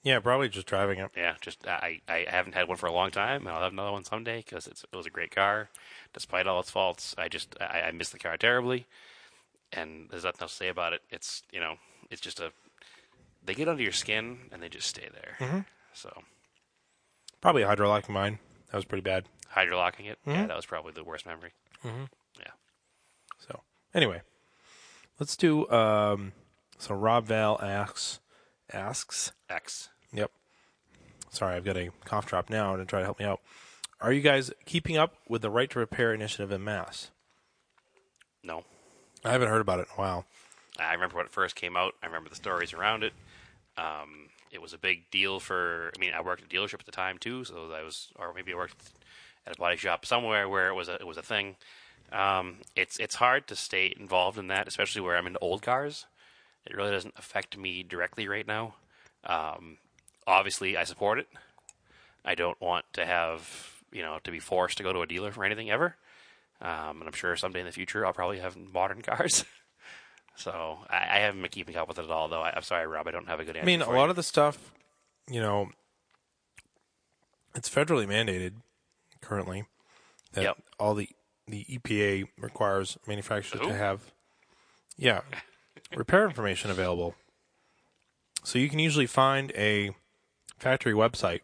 Yeah, probably just driving it.
Yeah, just I, I haven't had one for a long time, and I'll have another one someday because it was a great car, despite all its faults. I just I, I miss the car terribly, and there's nothing else to say about it. It's you know it's just a they get under your skin and they just stay there. So
Probably hydrolock mine. That was pretty bad.
hydrolocking it, yeah, that was probably the worst memory. Yeah.
So anyway, let's do. Um, so Rob Val asks asks.
X.
Yep. Sorry, I've got a cough drop now to try to help me out. Are you guys keeping up with the Right to Repair initiative in Mass?
No.
I haven't heard about it in a while.
I remember when it first came out. I remember the stories around it. Um, it was a big deal for. I mean, I worked at a dealership at the time too, so I was, or maybe I worked at a body shop somewhere where it was a it was a thing. Um, it's it's hard to stay involved in that, especially where I'm into old cars. It really doesn't affect me directly right now. Um, obviously, I support it. I don't want to have you know to be forced to go to a dealer for anything ever. Um, and I'm sure someday in the future I'll probably have modern cars. So I, I haven't been keeping up with it at all, though. I, I'm sorry, Rob. I don't have a good answer.
I mean, a
for
lot
you.
of the stuff, you know, it's federally mandated currently that
Yep.
all the the EPA requires manufacturers
Who?
to have, yeah, repair information available. So you can usually find a factory website.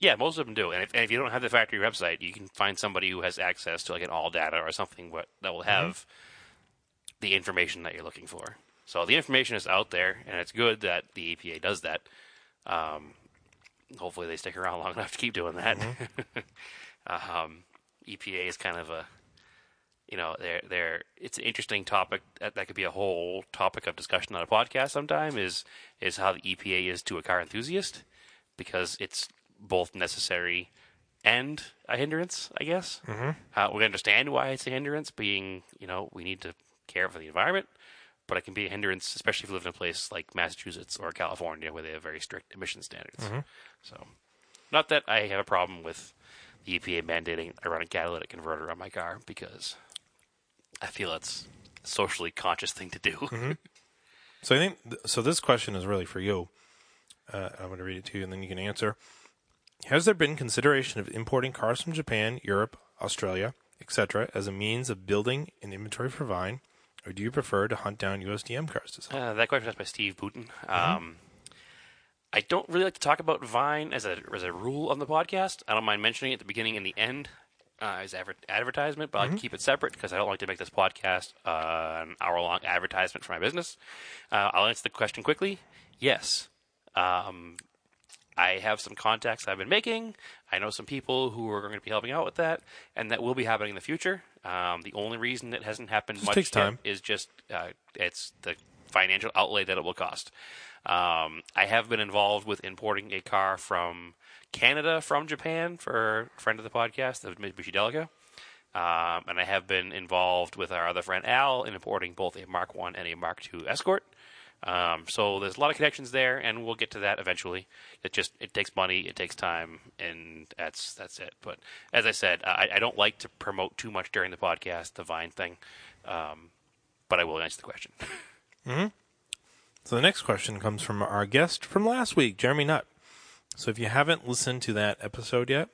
yeah, most of them do. And if, and if you don't have the factory website, you can find somebody who has access to like an all data or something what, that will have the information that you're looking for. So the information is out there, and it's good that the EPA does that. Um, hopefully, they stick around long enough to keep doing that. um, EPA is kind of a you know they're they're it's an interesting topic uh, that, that could be a whole topic of discussion on a podcast sometime is is how the EPA is to a car enthusiast because it's both necessary and a hindrance I guess mm-hmm. uh, we understand why it's a hindrance being you know we need to care for the environment but it can be a hindrance especially if you live in a place like Massachusetts or California where they have very strict emission standards so not that I have a problem with the EPA mandating I run a catalytic converter on my car because I feel it's a socially conscious thing to do.
So I think th- so. This question is really for you. Uh, I'm going to read it to you, and then you can answer. Has there been consideration of importing cars from Japan, Europe, Australia, etc., as a means of building an inventory for Vine, or do you prefer to hunt down USDM cars to sell?
Uh, that question was asked by Steve Booten. Um, I don't really like to talk about Vine as a as a rule on the podcast. I don't mind mentioning it at the beginning and the end uh, as adver- advertisement, but I like to keep it separate because I don't like to make this podcast uh, an hour long advertisement for my business. Uh, I'll answer the question quickly. Yes. Um, I have some contacts I've been making. I know some people who are going to be helping out with that, and that will be happening in the future. Um, the only reason it hasn't happened much
takes
yet
time.
is just uh, it's the financial outlay that it will cost. Um, I have been involved with importing a car from Canada from Japan for a friend of the podcast, the Mitsubishi Delica. Um, and I have been involved with our other friend Al in importing both a Mark One and a Mark Two Escort. Um, so there's a lot of connections there, and we'll get to that eventually. It just it takes money, it takes time, and that's that's it. But as I said, I, I don't like to promote too much during the podcast, the Vine thing. Um, but I will answer the question.
So the next question comes from our guest from last week, Jeremy Nutt. So if you haven't listened to that episode yet,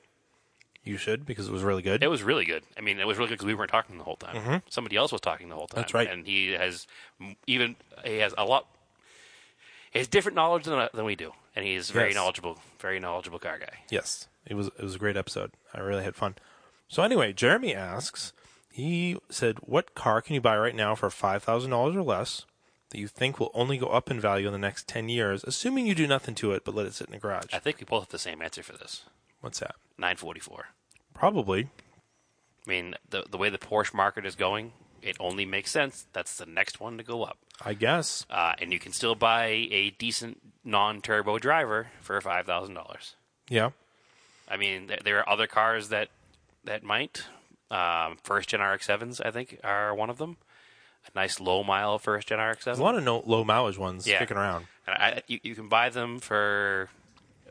you should because it was really good.
It was really good. I mean, it was really good because we weren't talking the whole time. Somebody else was talking the whole time.
Mm-hmm. That's right.
And he has m- even he has a lot. He has different knowledge than than we do, and he is very
Yes.
knowledgeable, very knowledgeable car guy.
Yes, it was it was a great episode. I really had fun. So anyway, Jeremy asks. He said, "What car can you buy right now for five thousand dollars or less that you think will only go up in value in the next ten years, assuming you do nothing to it but let it sit in the garage?"
I think we both have the same answer for this.
What's that?
Nine forty four.
Probably.
I mean, the the way the Porsche market is going, it only makes sense. That's the next one to go up,
I guess.
uh, and you can still buy a decent non turbo driver for five thousand dollars.
Yeah.
I mean, th- there are other cars that that might. Um, first gen RX sevens, I think, are one of them. A nice low mile first gen RX
There's a
seven.
lot of no, low mileage ones
Yeah.
kicking around.
And I, you, you can buy them for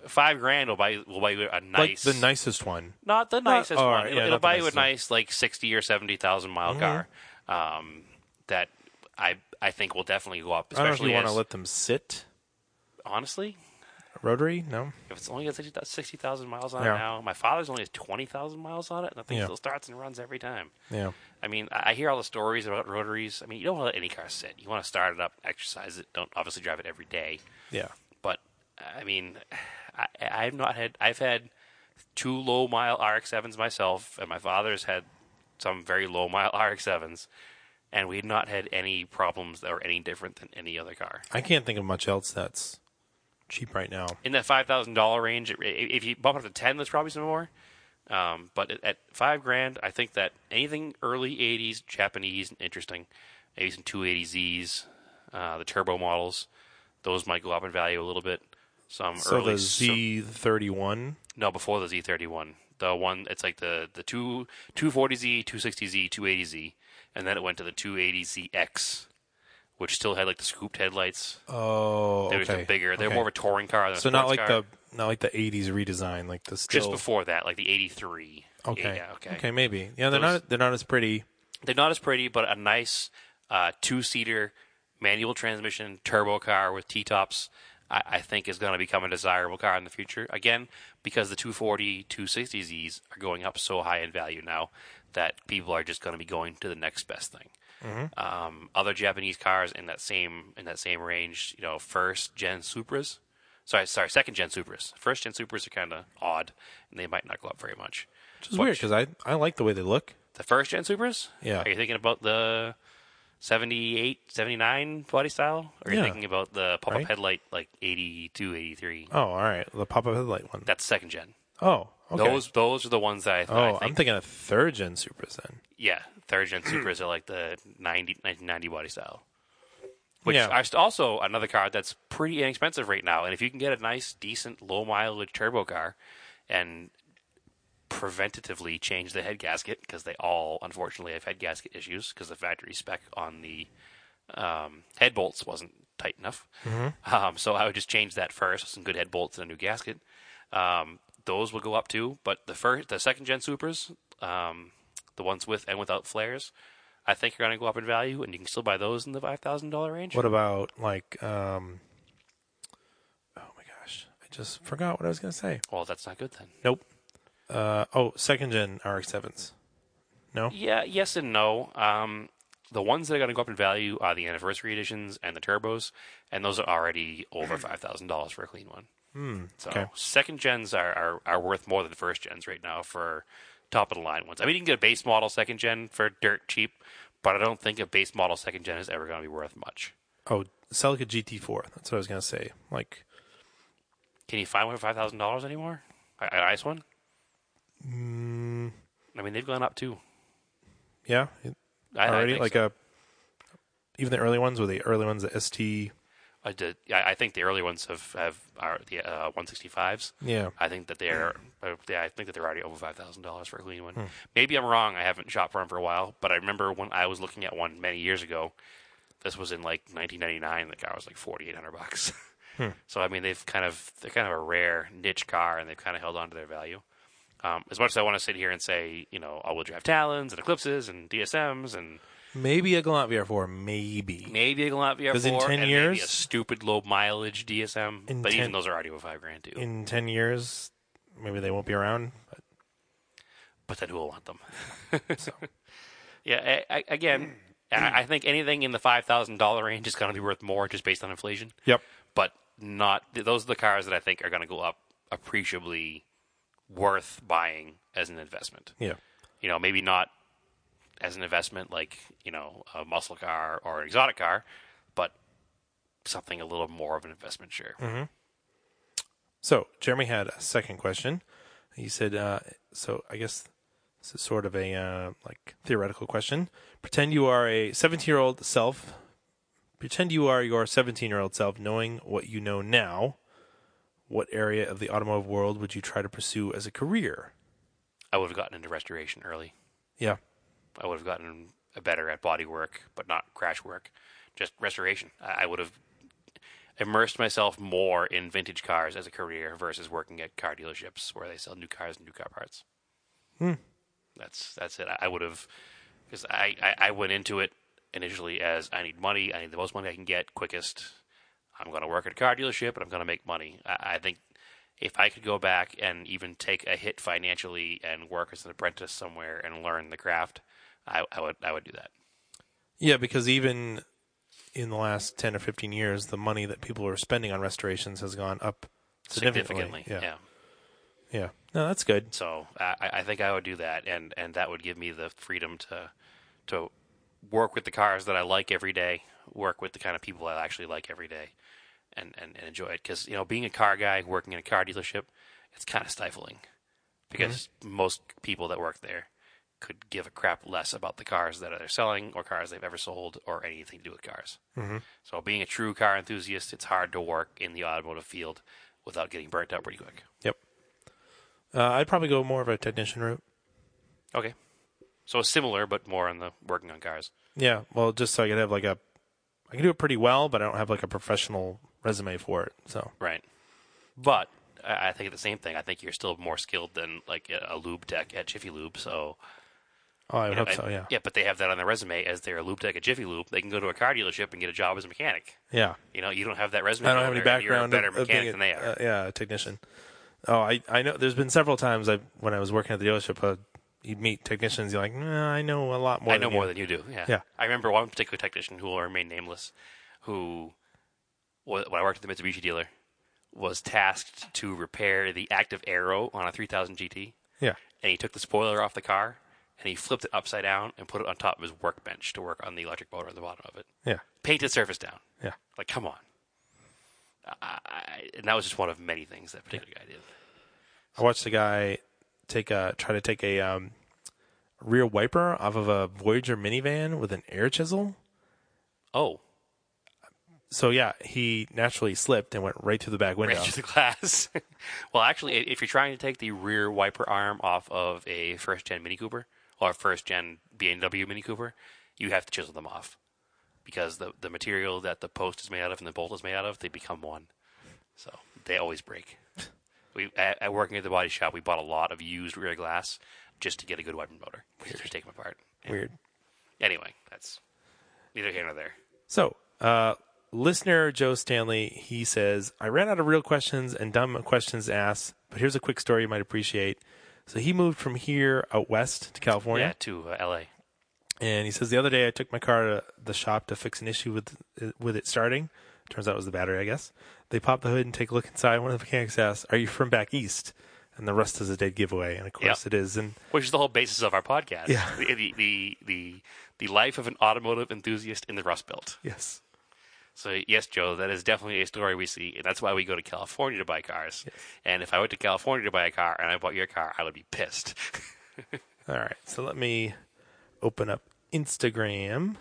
five grand. Will buy will buy you a nice,
Like the nicest one.
not the nicest
all
one.
right,
it'll
yeah,
it'll
not the
buy you a
nicest one.
nice like sixty or seventy thousand mile car. Um, that I I think will definitely go up.
I don't know if
Especially
you want to
as-
let them sit.
honestly,
Rotary? No.
if it's only got 60 60,000 miles on
Yeah.
it now, my father's only has 20,000 miles on it, and the thing
Yeah.
still starts and runs every time.
Yeah.
I mean, I I hear all the stories about rotaries. I mean, you don't want to let any car sit. You want to start it up, exercise it. Don't obviously drive it every day.
Yeah.
But I mean, I, I've not had. I've had two low mile RX sevens myself, and my father's had some very low mile RX sevens, and we've not had any problems that were any different than any other car.
I can't think of much else that's cheap right now.
In that five thousand dollar range, it- if you bump it up to ten, there's probably some more. Um, but at- at five grand, I think that anything early '80s Japanese and interesting, maybe some 280Zs, uh, the turbo models, those might go up in value a little bit. Some
So
early
the Z thirty one.
no, before the Z31. The one it's like the the two 240Z, 260Z, 280Z, and then it went to the 280ZX, which still had like the scooped headlights.
Oh,
They were
okay.
just bigger. They were
Okay.
more of a touring car than a
so not
sports
like
car.
the not like the eighties redesign, like the still
just before that, like the '83.
Okay.
yeah, okay.
maybe. Yeah, they're
Those-
not they're not as pretty.
They're not as pretty, but a nice uh, two-seater manual transmission turbo car with T-tops. I, I think is going to become a desirable car in the future. Again, because the 240, 260Zs are going up so high in value now that people are just going to be going to the next best thing. Um, other Japanese cars in that same in that same range, you know, first gen Supras. Sorry, sorry, second gen Supras. First gen Supras are kind of odd, and they might not go up very much.
Which is weird because I, I like the way they look.
The first gen Supras?
Yeah.
Are you thinking about the 78, 79 body style? Or are you
Yeah.
thinking about the pop up
Right.
headlight like 82, 83?
Oh, all right. The pop up headlight one.
That's second gen.
oh, okay.
Those those are the ones that I, th-
oh,
I think.
I'm thinking of third gen Supras then.
yeah, third gen Supras are like the 90, 1990 body style. Which
Yeah.
are st- also another car that's pretty inexpensive right now. And if you can get a nice, decent, low mileage turbo car and preventatively change the head gasket, because they all, unfortunately, have head gasket issues because the factory spec on the um, head bolts wasn't tight enough. Um, so I would just change that first, some good head bolts and a new gasket. Um, those will go up too, but the first, the second gen supers, um, the ones with and without flares, I think are going to go up in value, and you can still buy those in the five thousand dollar range.
What about like um Oh my gosh. I just forgot what I was gonna say.
Well, that's not good then.
Nope. Uh oh, second gen RX sevens. No?
Yeah, yes and no. Um, the ones that are going to go up in value are the anniversary editions and the turbos, and those are already over five thousand dollars for a clean one. so
Hmm. okay.
second gens are, are are worth more than first gens right now for top of the line ones. I mean, you can get a base model second gen for dirt cheap, but I don't think a base model second gen is ever going to be worth much.
Oh, sell like a GT four. That's what I was gonna say. Like
Can you find one for five thousand dollars anymore? A- An ice one?
mm,
I mean, they've gone up too.
yeah. it-
I,
already
I think
like
so.
a even the early ones were the early ones, the ST
I did. I, I think the early ones have have are the uh, one sixty fives.
Yeah.
I think that they're,
Hmm.
uh, yeah, I think that they're already over five thousand dollars for a clean one. Maybe I'm wrong. I haven't shopped for them for a while, but I remember when I was looking at one many years ago. This was in like 1999. The car was like 4,800 bucks.
Hmm.
So I mean, they've kind of they're kind of a rare niche car, and they've kind of held on to their value. Um, as much as I want to sit here and say, you know, all-wheel drive Talons and Eclipses and DSMs and
Maybe a Galant VR4, maybe.
Maybe a Galant VR4
Because in 10
and maybe
years-
a stupid low mileage DSM.
In
but
10
even those are already over five grand too.
In 10 years, maybe they won't be around. But
but then who will want them? Yeah, I, I, again, I I think anything in the five thousand dollar range is going to be worth more just based on inflation.
Yep.
But not th- those are the cars that I think are going to go up appreciably, worth buying as an investment.
Yeah.
You know, maybe not as an investment like you know a muscle car or an exotic car, but something a little more of an investment share.
So Jeremy had a second question. He said, uh, "So I guess this is sort of a uh, like theoretical question. Pretend you are a 17-year-old self. Pretend you are your 17-year-old self, knowing what you know now. What area of the automotive world would you try to pursue as a career?
I would have gotten into restoration early.
Yeah,
I would have gotten better at body work, but not crash work, just restoration. I I would have immersed myself more in vintage cars as a career versus working at car dealerships where they sell new cars and new car parts. That's that's it. I- I would have because I, I I went into it initially as I need money. I need the most money I can get quickest. I'm going to work at a car dealership and I'm going to make money. I, I think if I could go back and even take a hit financially and work as an apprentice somewhere and learn the craft, I, I would I would do that.
yeah. Because even in the last 10 or 15 years, the money that people are spending on restorations has gone up significantly.
Significantly, yeah.
yeah, yeah. No, that's good.
So I, I I think I would do that, and and that would give me the freedom to to work with the cars that I like every day, work with the kind of people I actually like every day, and and, and enjoy it. Because you know, being a car guy working in a car dealership, it's kind of stifling because most people that work there could give a crap less about the cars that they're selling or cars they've ever sold or anything to do with cars. Mm-hmm. So being a true car enthusiast, it's hard to work in the automotive field without getting burnt out pretty quick.
Yep. Uh, I'd probably go more of a technician route.
Okay. So it's similar, but more on the working on cars.
Yeah, well, just so I could have like a, I can do it pretty well, but I don't have like a professional resume for it. So
Right. But I I think the same thing. I think you're still more skilled than like a a lube tech at Jiffy Lube. So,
oh, I would hope
I-
so. Yeah,
Yeah, but they have that on their resume as they're a lube tech at Jiffy Lube. They can go to a car dealership and get a job as a mechanic.
yeah.
You know, you don't have that resume.
I don't have
over
any
there, and
background
You're a better
of, of
mechanic
being a,
than they are.
uh, yeah, a technician. Oh, I I know. There's been several times I when I was working at the dealership, uh, you'd meet technicians. You're like, nah, I know a lot more.
I know
than
more
you."
than you do. Yeah.
Yeah.
I remember one particular technician who will remain nameless, who, wa- when I worked at the Mitsubishi dealer, was tasked to repair the active aero on a 3000 GT.
Yeah,
and he took the spoiler off the car and he flipped it upside down and put it on top of his workbench to work on the electric motor at the bottom of it.
yeah,
Painted surface down.
yeah.
Like, come on. I, I, and that was just one of many things that particular guy did.
I watched a guy take a try to take a um, rear wiper off of a Voyager minivan with an air chisel.
Oh,
So yeah, he naturally slipped and went right through the back window.
right through the glass. well, actually, i- if you're trying to take the rear wiper arm off of a first gen Mini Cooper or first gen BMW Mini Cooper, you have to chisel them off because the the material that the post is made out of and the bolt is made out of they become one. So they always break. We at, at working at the body shop, we bought a lot of used rear glass just to get a good wiper motor. Just to take them apart.
Weird.
Anyway, that's neither here nor there.
So, uh, listener Joe Stanley, he says, I ran out of real questions and dumb questions to ask, but here's a quick story you might appreciate. So he moved from here out west to
Yeah,
California,
to uh, L.A.
and he says the other day I took my car to the shop to fix an issue with with it starting. Turns out it was the battery, I guess. They pop the hood and take a look inside. One of the mechanics asks, "Are you from back east?" And the rest is a dead giveaway, and of course it is. And
which is the whole basis of our podcast.
Yeah.
The, the, the, the, the life of an automotive enthusiast in the Rust Belt.
yes,
So, yes, Joe, that is definitely a story we see, and that's why we go to California to buy cars. And if I went to California to buy a car and I bought your car, I would be pissed.
All right, so let me open up Instagram.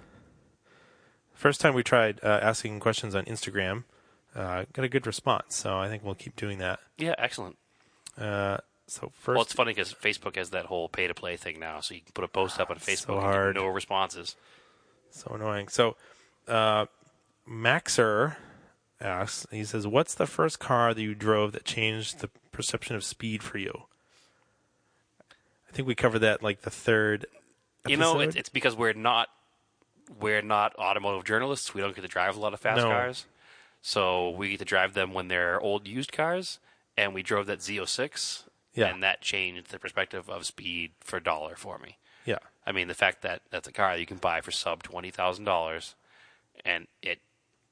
First time we tried uh, asking questions on Instagram, uh, got a good response, so I think we'll keep doing that.
yeah, excellent.
Uh, so
Well, it's
first,
funny because Facebook has that whole pay to play thing now, so you can put a post up on Facebook and get
hard.
no responses.
so annoying. So uh, Maxer asks, he says, "What's the first car that you drove that changed the perception of speed for you?" I think we covered that like the third.
You know,
episode.
it's, it's because we're not we're not automotive journalists. We don't get to drive a lot of fast
No.
cars. So we get to drive them when they're old used cars. And we drove that Z06.
Yeah.
And that changed the perspective of speed for dollar for me.
Yeah.
I mean, the fact that that's a car that you can buy for sub $20,000 and it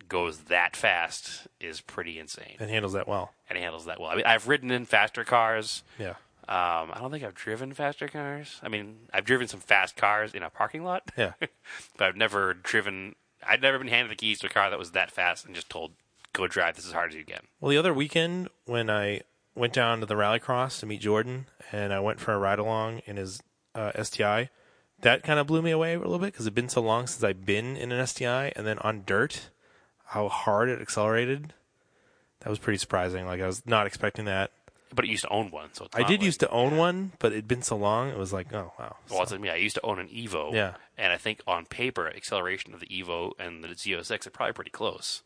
goes that fast is pretty insane.
And handles that well.
And it handles that well. I mean, I've ridden in faster cars.
Yeah.
Um, I don't think I've driven faster cars. I mean, I've driven some fast cars in a parking lot.
Yeah.
but I've never driven. I'd never been handed the keys to a car that was that fast and just told, "Go drive this as hard as you can."
Well, the other weekend when I went down to the rallycross to meet Jordan, and I went for a ride along in his uh, STI, that kind of blew me away a little bit because it'd been so long since I'd been in an STI, and then on dirt, how hard it accelerated. That was pretty surprising. Like I was not expecting that.
But I used to own one, so it's
I
not
did
like-
used to own one, but it'd been so long, it was like, oh wow.
Well, it's like me. I used to own an Evo.
Yeah.
And I think on paper, acceleration of the Evo and the Z06 are probably pretty close,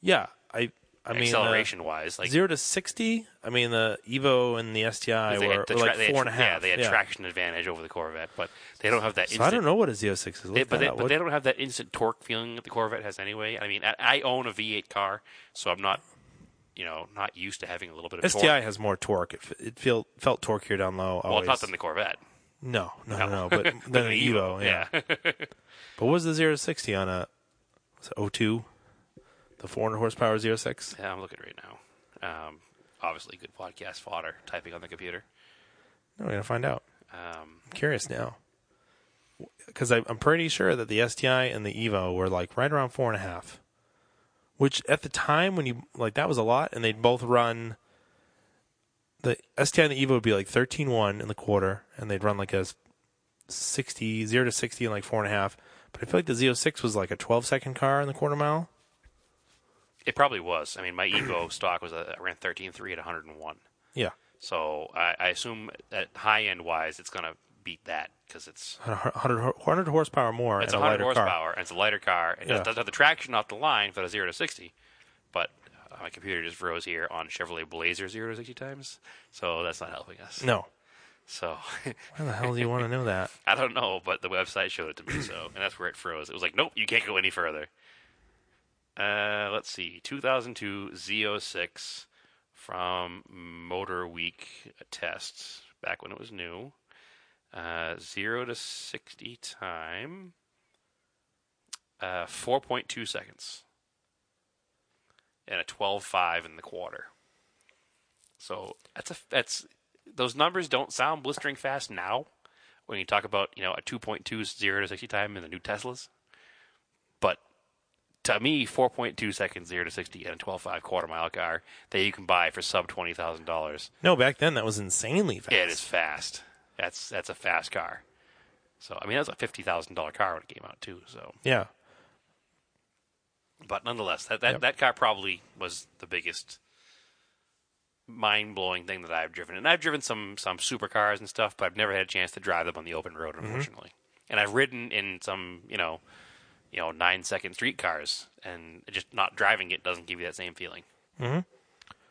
yeah, I I mean uh,
acceleration wise. Like
zero to sixty. I mean the Evo and the STI
they
were,
had the
were
tra-
like
they had
four and a
tra-
half.
Yeah, they had traction advantage over the Corvette, but they don't have that.
So I don't know what a Z06 is.
They,
Look
but,
that
they,
up.
but
What-
they don't have that instant torque feeling that the Corvette has anyway. I mean, I, I own a V8 car, so I'm not, you know, not used to having a little bit of torque.
STI has more torque. It, f- it feel, felt torqueier down low.
Well,
Always.
not than the Corvette.
no, no, no, no, but than the Evo. Yeah. But what was the zero to sixty on a was it 02? The four hundred horsepower 06?
Yeah, I'm looking right now. Um, obviously, good podcast fodder typing on the computer.
No, we're gonna find out.
Um,
I'm curious now because I'm pretty sure that the STI and the Evo were like right around four and a half, which at the time when you like that was a lot, and they'd both run. The STI and the Evo would be like 13.1 in the quarter, and they'd run like a 60, 0 to 60 in like four and a half. But I feel like the Z06 was like a 12 second car in the quarter mile.
it probably was. I mean, my Evo stock was uh, around 13.3 at 101.
Yeah.
So I, I assume at high end wise, it's going to beat that because it's.
100, 100 horsepower more
It's
and a
100
lighter
horsepower,
car.
and it's a lighter car. It
Yeah.
does, does have the traction off the line for the 0 to 60. But uh, my computer just froze here on Chevrolet Blazer 0 to 60 times, so that's not helping us.
No.
So
Why the hell do you want to know that?
I don't know, but the website showed it to me, so and that's where it froze. It was like, nope, you can't go any further. Uh, let's see, 2002 Z06 from Motor Week tests back when it was new. Uh, zero to sixty time, uh, four point two seconds, and a twelve five in the quarter. So that's a that's those numbers don't sound blistering fast now when you talk about you know a 2.2 zero to 60 time in the new Teslas, but to me, 4.2 seconds zero to 60 in a 12.5 quarter mile car that you can buy for sub twenty thousand dollars.
No, back then that was insanely fast.
It is fast. That's that's a fast car. So I mean, that was a fifty thousand dollar car when it came out too. So,
Yeah.
but nonetheless, that that,
Yep.
that car probably was the biggest mind blowing thing that I've driven. And I've driven some some supercars and stuff, but I've never had a chance to drive them on the open road,
Mm-hmm.
unfortunately. And I've ridden in some you know you know nine second street cars, and just not driving it doesn't give you that same feeling.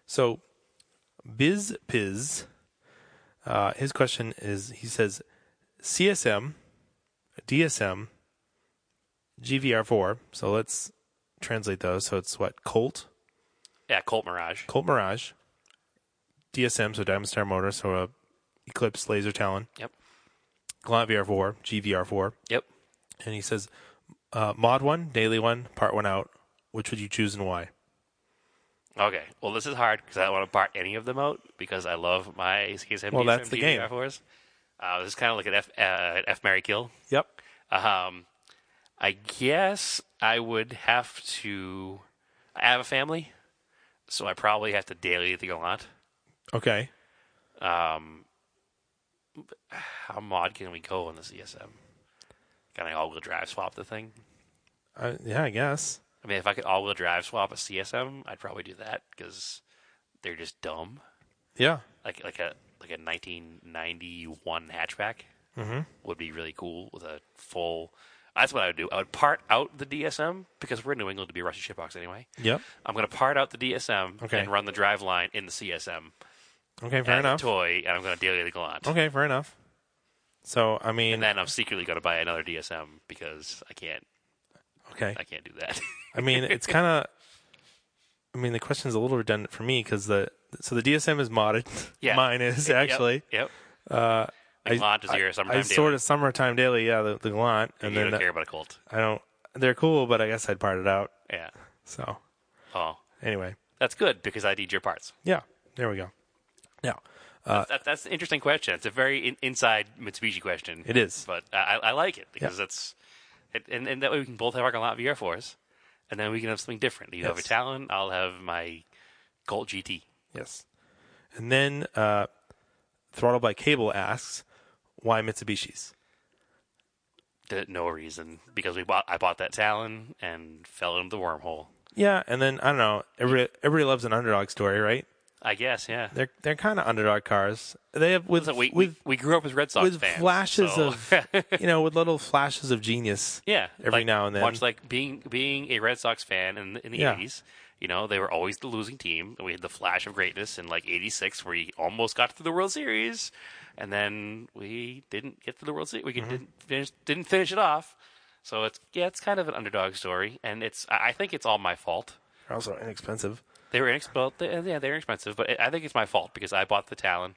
So, Biz Piz, uh, his question is he says CSM, DSM, GVR4. So let's translate those. So it's what? Colt,
Yeah, Colt Mirage.
Colt Mirage, DSM, so Diamond Star Motor, so a Eclipse Laser Talon,
Yep.
Gallant VR4, GVR4.
Yep.
And he says uh, Mod 1, Daily 1, Part 1 out. Which would you choose and why?
Okay. Well, this is hard because I don't want to part any of them out because I love my CSM.
Well, that's the game.
Fours. Uh, this is kind of like an F, uh, F Mary Kill.
Yep.
Um, I guess I would have to. I have a family, so I probably have to daily the Gallant.
Okay.
Um, how mod can we go on the CSM? Can I all-wheel drive swap the thing?
Uh, yeah, I guess.
I mean, if I could all-wheel drive swap a CSM, I'd probably do that because they're just dumb.
Yeah.
like like a like a 1991 hatchback would be really cool with a full. That's what I would do. I would part out the DSM because we're in New England to be a rusty shitbox anyway.
Yep.
I'm going to part out the DSM
Okay.
and run the drive line in the CSM
Okay, fair
as a
enough.
toy, and I'm going to daily the Gallant.
Okay, fair enough. So I mean,
And then I'm secretly going to buy another DSM because I can't.
okay.
I can't do that.
I mean, it's kind of. I mean, the question's a little redundant for me because the so the DSM is modded.
Yeah.
mine is actually.
Yep.
Uh,
Like Lant is your
I
summertime
sort of summertime daily, yeah, the, the Glant, and
you
then
don't
the-
care about a Colt.
I don't. They're cool, but I guess I'd part it out.
Yeah.
So
Oh,
anyway,
that's good because I need your parts.
yeah, there we go. Now, Uh,
That, that's an interesting question. It's a very in, inside Mitsubishi question.
It is.
but I, I like it because that's it, and, and that way we can both have our Galant VR4s, and then we can have something different. You have a
Yes.
Talon, I'll have my Colt GT.
yes, and then uh, throttle by cable asks why Mitsubishi's.
D- No reason because we bought I bought that Talon and fell into the wormhole.
Yeah, and then I don't know. Everybody, everybody loves an underdog story, right?
I guess yeah.
They're they're kind of underdog cars. They have with
So we,
with
we we grew up as Red Sox
with
fans,
flashes
so-
of you know with little flashes of genius.
Yeah,
every
like,
now and then.
Much like being being a Red Sox fan in in the
Yeah.
eighties, you know, they were always the losing team. We had the flash of greatness in like '86, where you almost got to the World Series, and then we didn't get to the World Series. We
Mm-hmm.
didn't finish didn't finish it off. So it's yeah, it's kind of an underdog story, and it's I I think it's all my fault.
They're also inexpensive.
They were inexpensive. Yeah, they're expensive, but I- I think it's my fault because I bought the Talon,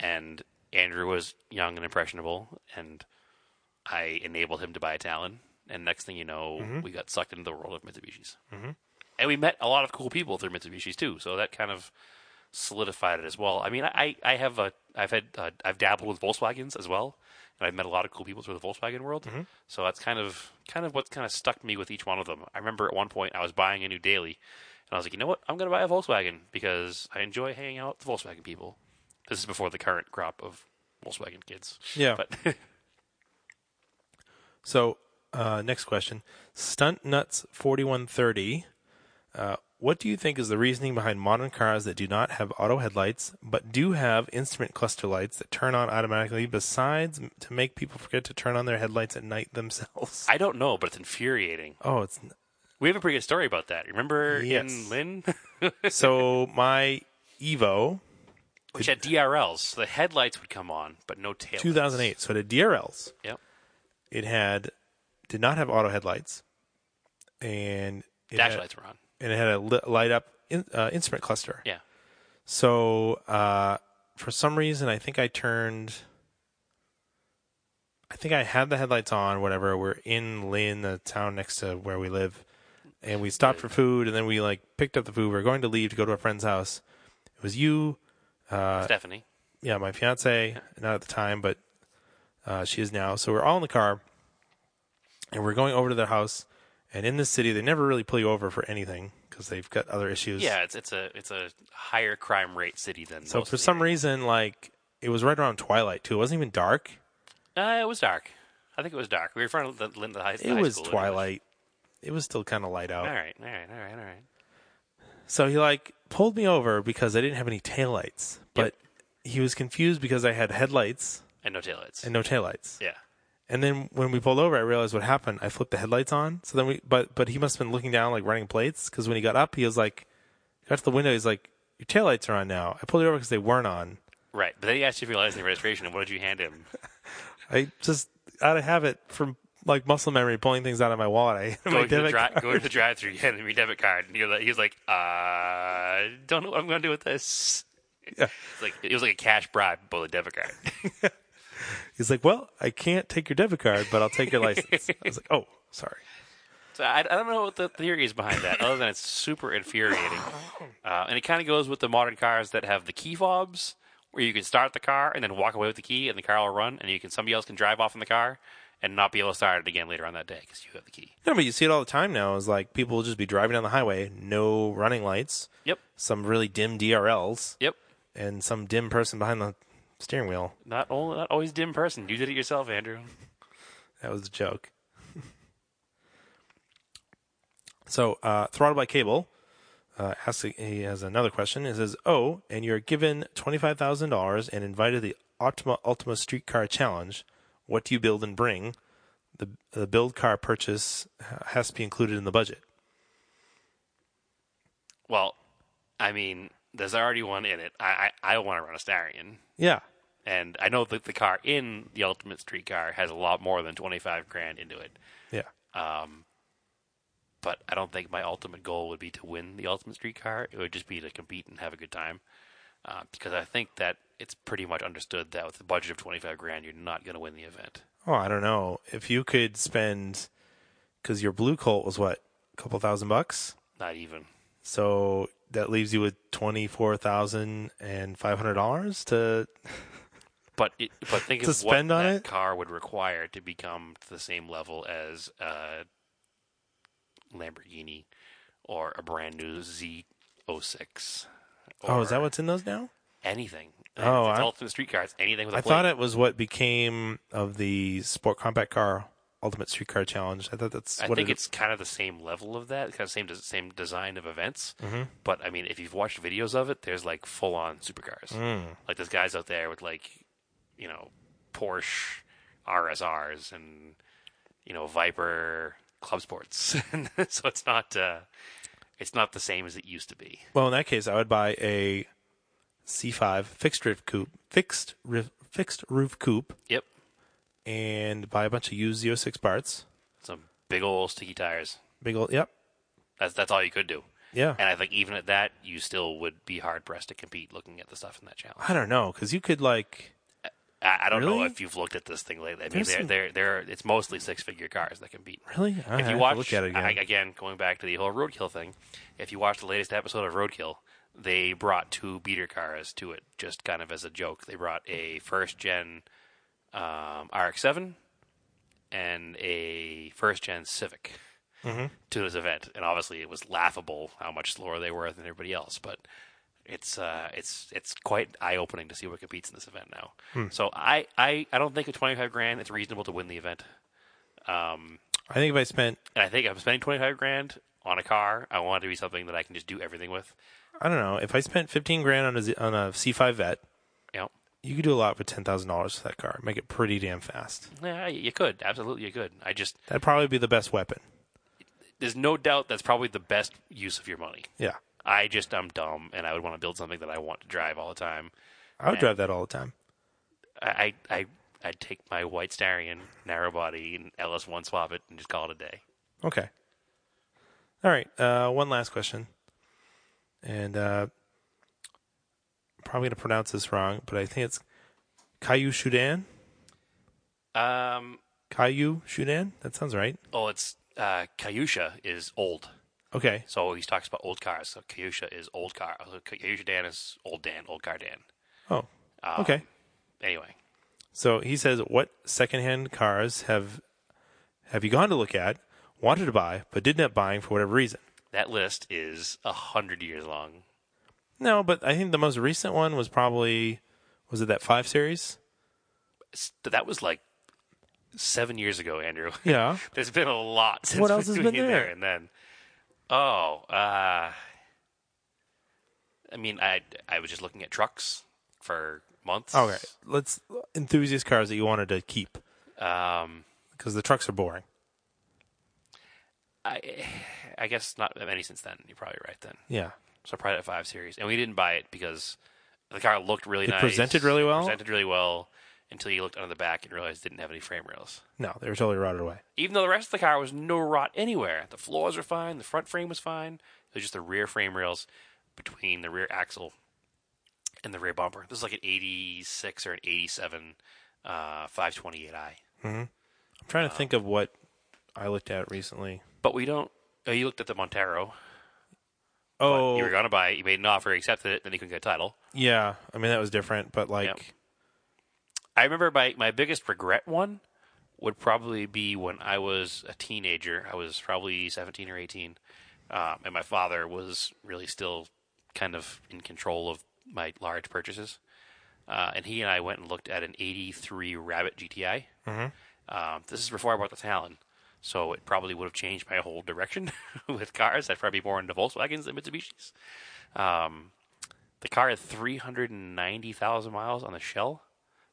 and Andrew was young and impressionable, and I enabled him to buy a Talon. And next thing you know, we got sucked into the world of Mitsubishi's, mm-hmm. and we met a lot of cool people through Mitsubishi's too. So that kind of solidified it as well. I mean, I I have a I've had uh, I've dabbled with Volkswagens as well, and I've met a lot of cool people through the Volkswagen world. So that's kind of kind of what's kind of stuck me with each one of them. I remember at one point I was buying a new daily, and I was like, you know what, I'm going to buy a Volkswagen because I enjoy hanging out with Volkswagen people. This is before the current crop of Volkswagen kids.
Yeah.
But
So uh, next question, Stunt Nuts forty one thirty. Uh, what do you think is the reasoning behind modern cars that do not have auto headlights but do have instrument cluster lights that turn on automatically? Besides, m- to make people forget to turn on their headlights at night themselves.
I don't know, but it's infuriating.
oh, it's n-
We have a pretty good story about that. Remember
Yes.
in Lynn?
so my Evo
Which had DRLs. So the headlights would come on, but no tail.
two thousand eight. So it had DRLs.
Yep.
It had did not have auto headlights, and it
Dash
had,
lights were on.
and it had a li- light up in, uh, instrument cluster.
Yeah.
So uh, for some reason, I think I turned. I think I had the headlights on. Whatever. We're in Lynn, the town next to where we live, and we stopped for food, and then we like picked up the food. We were going to leave to go to a friend's house. It was you, uh,
Stephanie.
yeah, my fiance, not at the time, but uh, she is now. So we're all in the car, and we're going over to their house. And in this city, they never really pull you over for anything because they've got other issues.
Yeah, it's it's a it's a higher crime rate city than
So
most
for
of the
some reason, like it was right around twilight too. It wasn't even dark.
Uh, it was dark. I think it was dark. We were in front of the, the high, the
It
high
was
school.
twilight. It was still kind of light out.
All right, all right, all right, all right.
So he like pulled me over because I didn't have any taillights. But he was confused because I had headlights
And no taillights.
and no taillights.
yeah.
And then when we pulled over, I realized what happened. I flipped the headlights on. So then we, but but he must have been looking down, like running plates, because when he got up, he was like, got to the window, he's like, "Your taillights are on now." I pulled it over because they weren't on.
Right. But then he asked you if you realized the registration, and what did you hand him?
I just out of habit from like muscle memory, pulling things out of my wallet. I my
Going to, the
debit
dri-
card.
going to the drive through, you handed him your debit card. And you're like, he's like, uh, don't know what I'm going to do with this.
Yeah.
It's like It was like a cash bribe, but with a debit card.
He's like, "Well, I can't take your debit card, but I'll take your license." I was like, "Oh, sorry."
So I, I don't know what the theory is behind that, other than it's super infuriating. Uh, and it kind of goes with the modern cars that have the key fobs, where you can start the car and then walk away with the key, and the car will run, and you can somebody else can drive off in the car and not be able to start it again later on that day because you have the key.
No, but you see it all the time now. Is like people will just be driving down the highway, no running lights,
Yep.
some really dim DRLs,
Yep.
and some dim person behind the steering wheel.
Not all, not always dim person. You did it yourself, Andrew.
That was a joke. so, uh, throttle by cable uh, asks, he has another question. It says, "Oh, and you're given twenty-five thousand dollars and invited to the Optima Ultima Streetcar Challenge. What do you build and bring? The the build car purchase ha- has to be included in the budget.
Well, I mean, there's already one in it. I I, I want to run a Starion.
Yeah,
And I know that the car in the Ultimate Street Car has a lot more than twenty five grand into it.
Yeah.
Um, but I don't think my ultimate goal would be to win the Ultimate Street Car. It would just be to compete and have a good time. Uh, because I think that it's pretty much understood that with a budget of twenty five grand, you're not going to win the event.
Oh, I don't know. If you could spend, because your blue colt was what, a couple thousand bucks?
Not even.
So that leaves you with $24,500 to.
But it, but think
To
of
spend
what
on
that
it?
car would require to become to the same level as uh, Lamborghini or a brand new Z06.
Oh, is
or
that what's in those now?
anything?
Oh,
If it's
I-
ultimate streetcar. It's anything with a
I thought it was what became of the Sport Compact Car Ultimate Streetcar Challenge. I thought that's
I
what
think
it
it's kind of the same level of that, kind of same same design of events.
Mhm.
But I mean, if you've watched videos of it, there's like full on supercars.
Mm.
Like there's guys out there with like, you know, Porsche RSRs and you know Viper Club Sports. And so it's not uh, it's not the same as it used to be.
Well, in that case, I would buy a C5 fixed roof coupe, fixed roof, fixed roof coupe,
Yep,
and buy a bunch of used Z06 parts.
some big old sticky tires.
Big old, yep,
That's that's all you could do.
yeah.
And I think even at that, you still would be hard pressed to compete looking at the stuff in that challenge.
I don't know because you could like
I, I don't know
Really?
if you've looked at this thing lately. I mean,
There's
they're,
some-
they're, they're, it's mostly six figure cars that compete.
really. I
If
have
you
to
watch,
look at it again,
I- again, going back to the whole Roadkill thing, if you watch the latest episode of Roadkill, they brought two beater cars to it just kind of as a joke. They brought a first gen um, RX 7 and a first gen Civic
Mm-hmm.
to this event. And obviously, it was laughable how much slower they were than everybody else. But it's uh, it's it's quite eye opening to see what competes in this event now.
Hmm.
So I, I, I don't think at twenty five grand it's reasonable to win the event. Um,
I think if I spent,
and I think if I'm spending twenty five grand on a car, I want it to be something that I can just do everything with.
I don't know, if I spent fifteen grand on a Z- on a C5 Vet,
You know,
you could do a lot for ten thousand dollars for that car. Make it pretty damn fast.
yeah, you could absolutely you could. I just
That'd probably be the best weapon.
there's no doubt that's probably the best use of your money.
Yeah,
I just I'm dumb, and I would want to build something that I want to drive all the time.
I would
Yeah.
drive that all the time.
I I I- I'd take my white Starion narrow body and LS one swap it and just call it a day.
Okay. All right. Uh, one last question, and uh, probably gonna pronounce this wrong, but I think it's Caillou Shudan.
Um,
Caillou Shudan. That sounds right.
oh, it's uh, Kyusha is old,
Okay.
so he talks about old cars. So Kyusha is old car. So Kyusha Dan is old Dan, old car Dan.
Oh.
Um,
Okay.
Anyway,
So he says, "What secondhand cars have have you gone to look at, wanted to buy, but didn't end up buying for whatever reason?"
that list is a hundred years long.
No, but I think the most recent one was probably was it that five series?
S- That was like seven years ago, Andrew.
Yeah.
There's been a lot since
What else has
between
been
there
there?
and then. Oh, uh, I mean, I I was just looking at trucks for months.
Okay. Let's enthusiast cars that you wanted to keep
Um,
because the trucks are boring.
I I guess not many since then. You're probably right then.
Yeah.
So probably that five series, and we didn't buy it because the car looked really nice.
presented really well?
Presented really well until you looked under the back and realized it didn't have any frame rails.
No, they were totally rotted away.
even though the rest of the car was no rot anywhere. The floors were fine, the front frame was fine. It was just the rear frame rails between the rear axle and the rear bumper. This is like an 86 or an 87 uh, 528i.
I'm trying to think of what I looked at recently.
But we don't. Oh, you looked at the Montero.
Oh,
You were going to buy it. You made an offer, accepted it, then you couldn't get a title.
yeah. I mean, that was different, but like,
Yep. I remember my, my biggest regret one would probably be when I was a teenager. I was probably 17 or 18. Um, and my father was really still kind of in control of my large purchases. Uh, and he and I went and looked at an 83 Rabbit GTI. Um, this is before I bought the Talon. So it probably would have changed my whole direction with cars. I'd probably be more into Volkswagens than Mitsubishis. Um, the car had 390,000 miles on the shell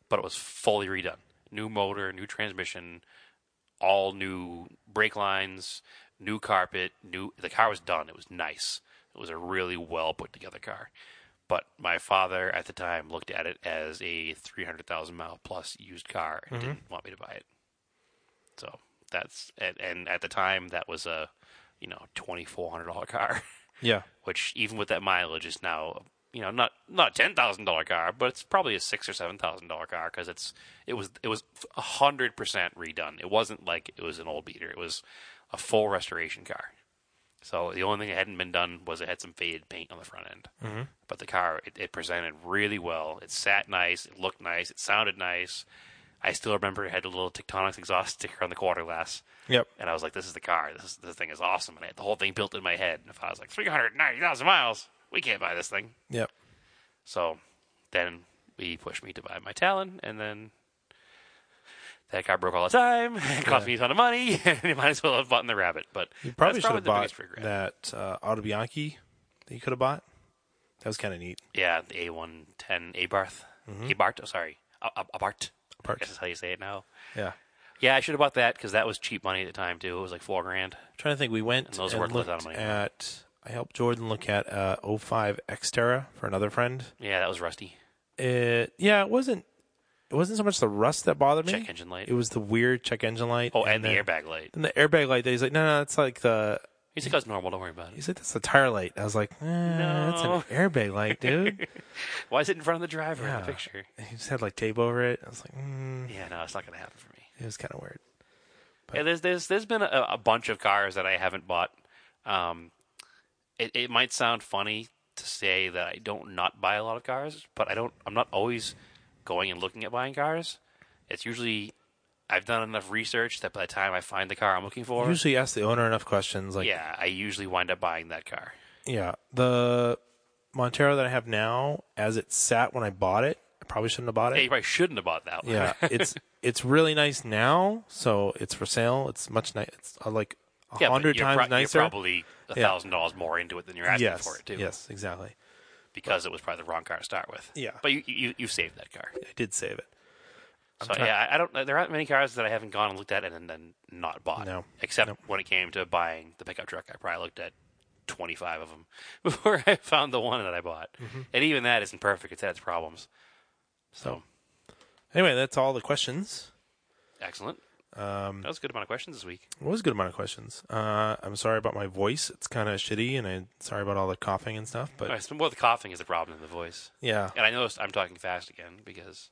but it was fully redone. New motor, new transmission, all new brake lines, new carpet, new the car was done. It was nice. It was a really well put together car. But my father at the time looked at it as a 300,000 mile plus used car and didn't want me to buy it. So that's and, and at the time that was a you know $2400 car,
Yeah.
which even with that mileage is now you know not not $10,000 car, but it's probably a 6 or $7,000 car cuz it's it was it was 100% redone. It wasn't like it was an old beater. It was a full restoration car. So the only thing that hadn't been done was it had some faded paint on the front end. Mm-hmm. But the car, it, it presented really well. It sat nice. It looked nice. It sounded nice. I still remember it had a little Tectonics exhaust sticker on the quarter glass.
Yep.
And I was like, this is the car. This, is, this thing is awesome. And I had the whole thing built in my head. And if I was like, 390,000 miles, we can't buy this thing.
Yep.
So then he pushed me to buy my Talon. And then that car broke all the time. It cost me a ton of money. And you might as well have bought the Rabbit. But
You probably
that's
should have
the
bought
biggest regret.
that uh, Auto Bianchi that you could have bought. That was kind of neat.
Yeah, the A110 Abarth. Abarth, oh, sorry. A- A- Abarth. I
Mm-hmm. Abarth.
guess that's how you say it now.
Yeah.
Yeah, I should have bought that because that was cheap money at the time, too. It was like four grand.
trying to think. We went and,
those were worth a lot of
looked
money.
at. I helped Jordan look at uh, 05 Xterra for another friend.
Yeah, that was rusty.
It yeah, it wasn't. It wasn't so much the rust that bothered me.
Check engine light.
It was the weird check engine light.
Oh, and, the
then-
airbag light.
Then the airbag light. That he's like, no, no, it's like the.
He's like, that's normal. Don't worry about it.
He's like, that's the tire light. I was like, eh, that's
No.
an airbag light, dude.
Why is it in front of the driver in
Yeah.
the picture?
and he just had like tape over it. I was like, mm,
Yeah, no, it's not going to happen for me.
it was kind of weird.
Yeah, there's there's there's been a, a bunch of cars that I haven't bought. Um, it it might sound funny to say that I don't not buy a lot of cars, but I don't. I'm not always going and looking at buying cars. It's usually I've done enough research that by the time I find the car I'm looking for,
Usually ask the owner enough questions. Like,
yeah, I usually wind up buying that car.
Yeah, the Montero that I have now, as it sat when I bought it, I probably shouldn't have bought
Yeah,
it.
you probably shouldn't have bought that one.
Yeah, it's it's really nice now, so it's for sale. It's much nice. It's uh, like a
Yeah, but
hundred
you're
times
pro-
nicer.
You're probably a
Yeah.
thousand dollars more into it than you're asking
yes,
for it too,
yes, exactly.
because it was probably the wrong car to start with.
Yeah.
but you you, you saved that car.
I did save it.
So yeah, I- I don't. There aren't many cars that I haven't gone and looked at and then, then not bought.
No.
except when it came to buying the pickup truck, I probably looked at twenty five of them before I found the one that I bought.
Mm-hmm.
And even that isn't perfect; it's had its problems. So
Anyway, that's all the questions.
excellent. Um, that was a good amount of questions this week.
It was a good amount of questions. Uh, I'm sorry about my voice; it's kind of shitty, and I'm sorry about all the coughing and stuff. But
All right, so more the coughing is the problem than the voice.
yeah,
And I noticed I'm talking fast again because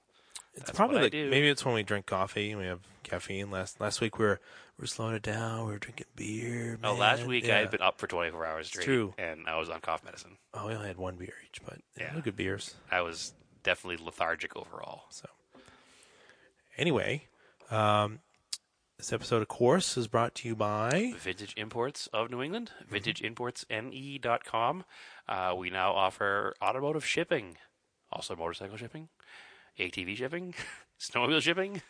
It's
That's
probably
what I
like
do.
maybe it's when we drink coffee and we have caffeine. Last last week we were we are slowing it down. We were drinking beer.
oh, last
man.
week
Yeah.
I had been up for 24 hours straight,
true.
and I was on cough medicine.
oh we only had one beer each, but yeah,
Yeah.
they're good beers.
I was definitely lethargic overall.
So anyway, um, this episode of course is brought to you by
Vintage Imports of New England, vintageimportsne.com. E Uh, we now offer automotive shipping, also motorcycle shipping, ATV shipping, snowmobile shipping.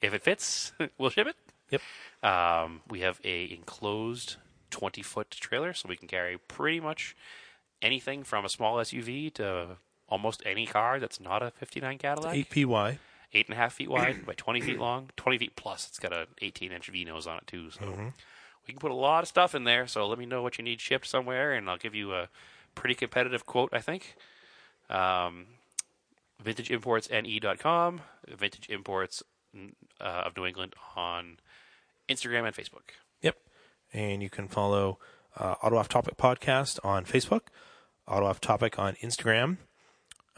If it fits, we'll ship it.
Yep.
Um, we have a enclosed 20 foot trailer, so we can carry pretty much anything from a small SUV to almost any car that's not a 59 Cadillac
Eight PY.
eight and a half feet wide by 20 feet long, 20 feet plus. It's got an 18 inch V nose on it, too. So
Mm-hmm.
we can put a lot of stuff in there. So let me know what you need shipped somewhere, and I'll give you a pretty competitive quote, I think. Um, VintageImportsNE.com, E Vintage Imports n- uh, of New England on Instagram and Facebook.
Yep, and you can follow uh, Auto Off Topic podcast on Facebook, Auto Off Topic on Instagram.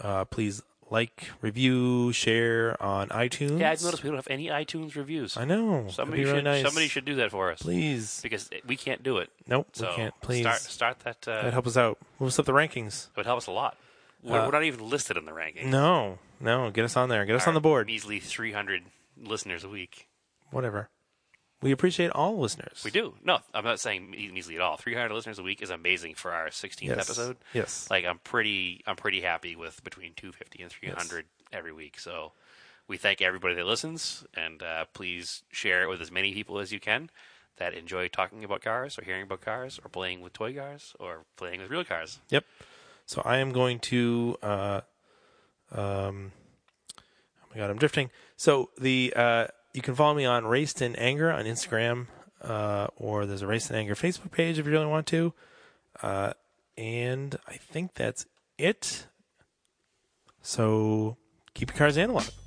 Uh, please like, review, share on iTunes.
Yeah, I've noticed we don't have any iTunes reviews.
I know. That'd
Somebody,
be really
should,
nice.
somebody should do that for us
please.
because we can't do it.
Nope,
So
we can't. Please,
start, start that. Uh,
that'd help us out. Move us up the rankings.
It would help us a lot. We're, we're not even listed in the rankings.
Uh, No, no, get us on there. Get us on the
Our
board.
Measly 300 listeners a week.
Whatever. We appreciate all listeners.
We do. No, I'm not saying me- measly at all. 300 listeners a week is amazing for our 16th
Yes.
episode.
Yes.
Like I'm pretty, I'm pretty happy with between 250 and 300 every week. So we thank everybody that listens, and uh, please share it with as many people as you can that enjoy talking about cars or hearing about cars or playing with toy cars or playing with real cars.
Yep. So I am going to. Uh, um, oh my god, I'm drifting. So the uh, you can follow me on Raced in Anger on Instagram, uh, or there's a Raced in Anger Facebook page if you really want to. Uh, and I think that's it. So keep your cars analog.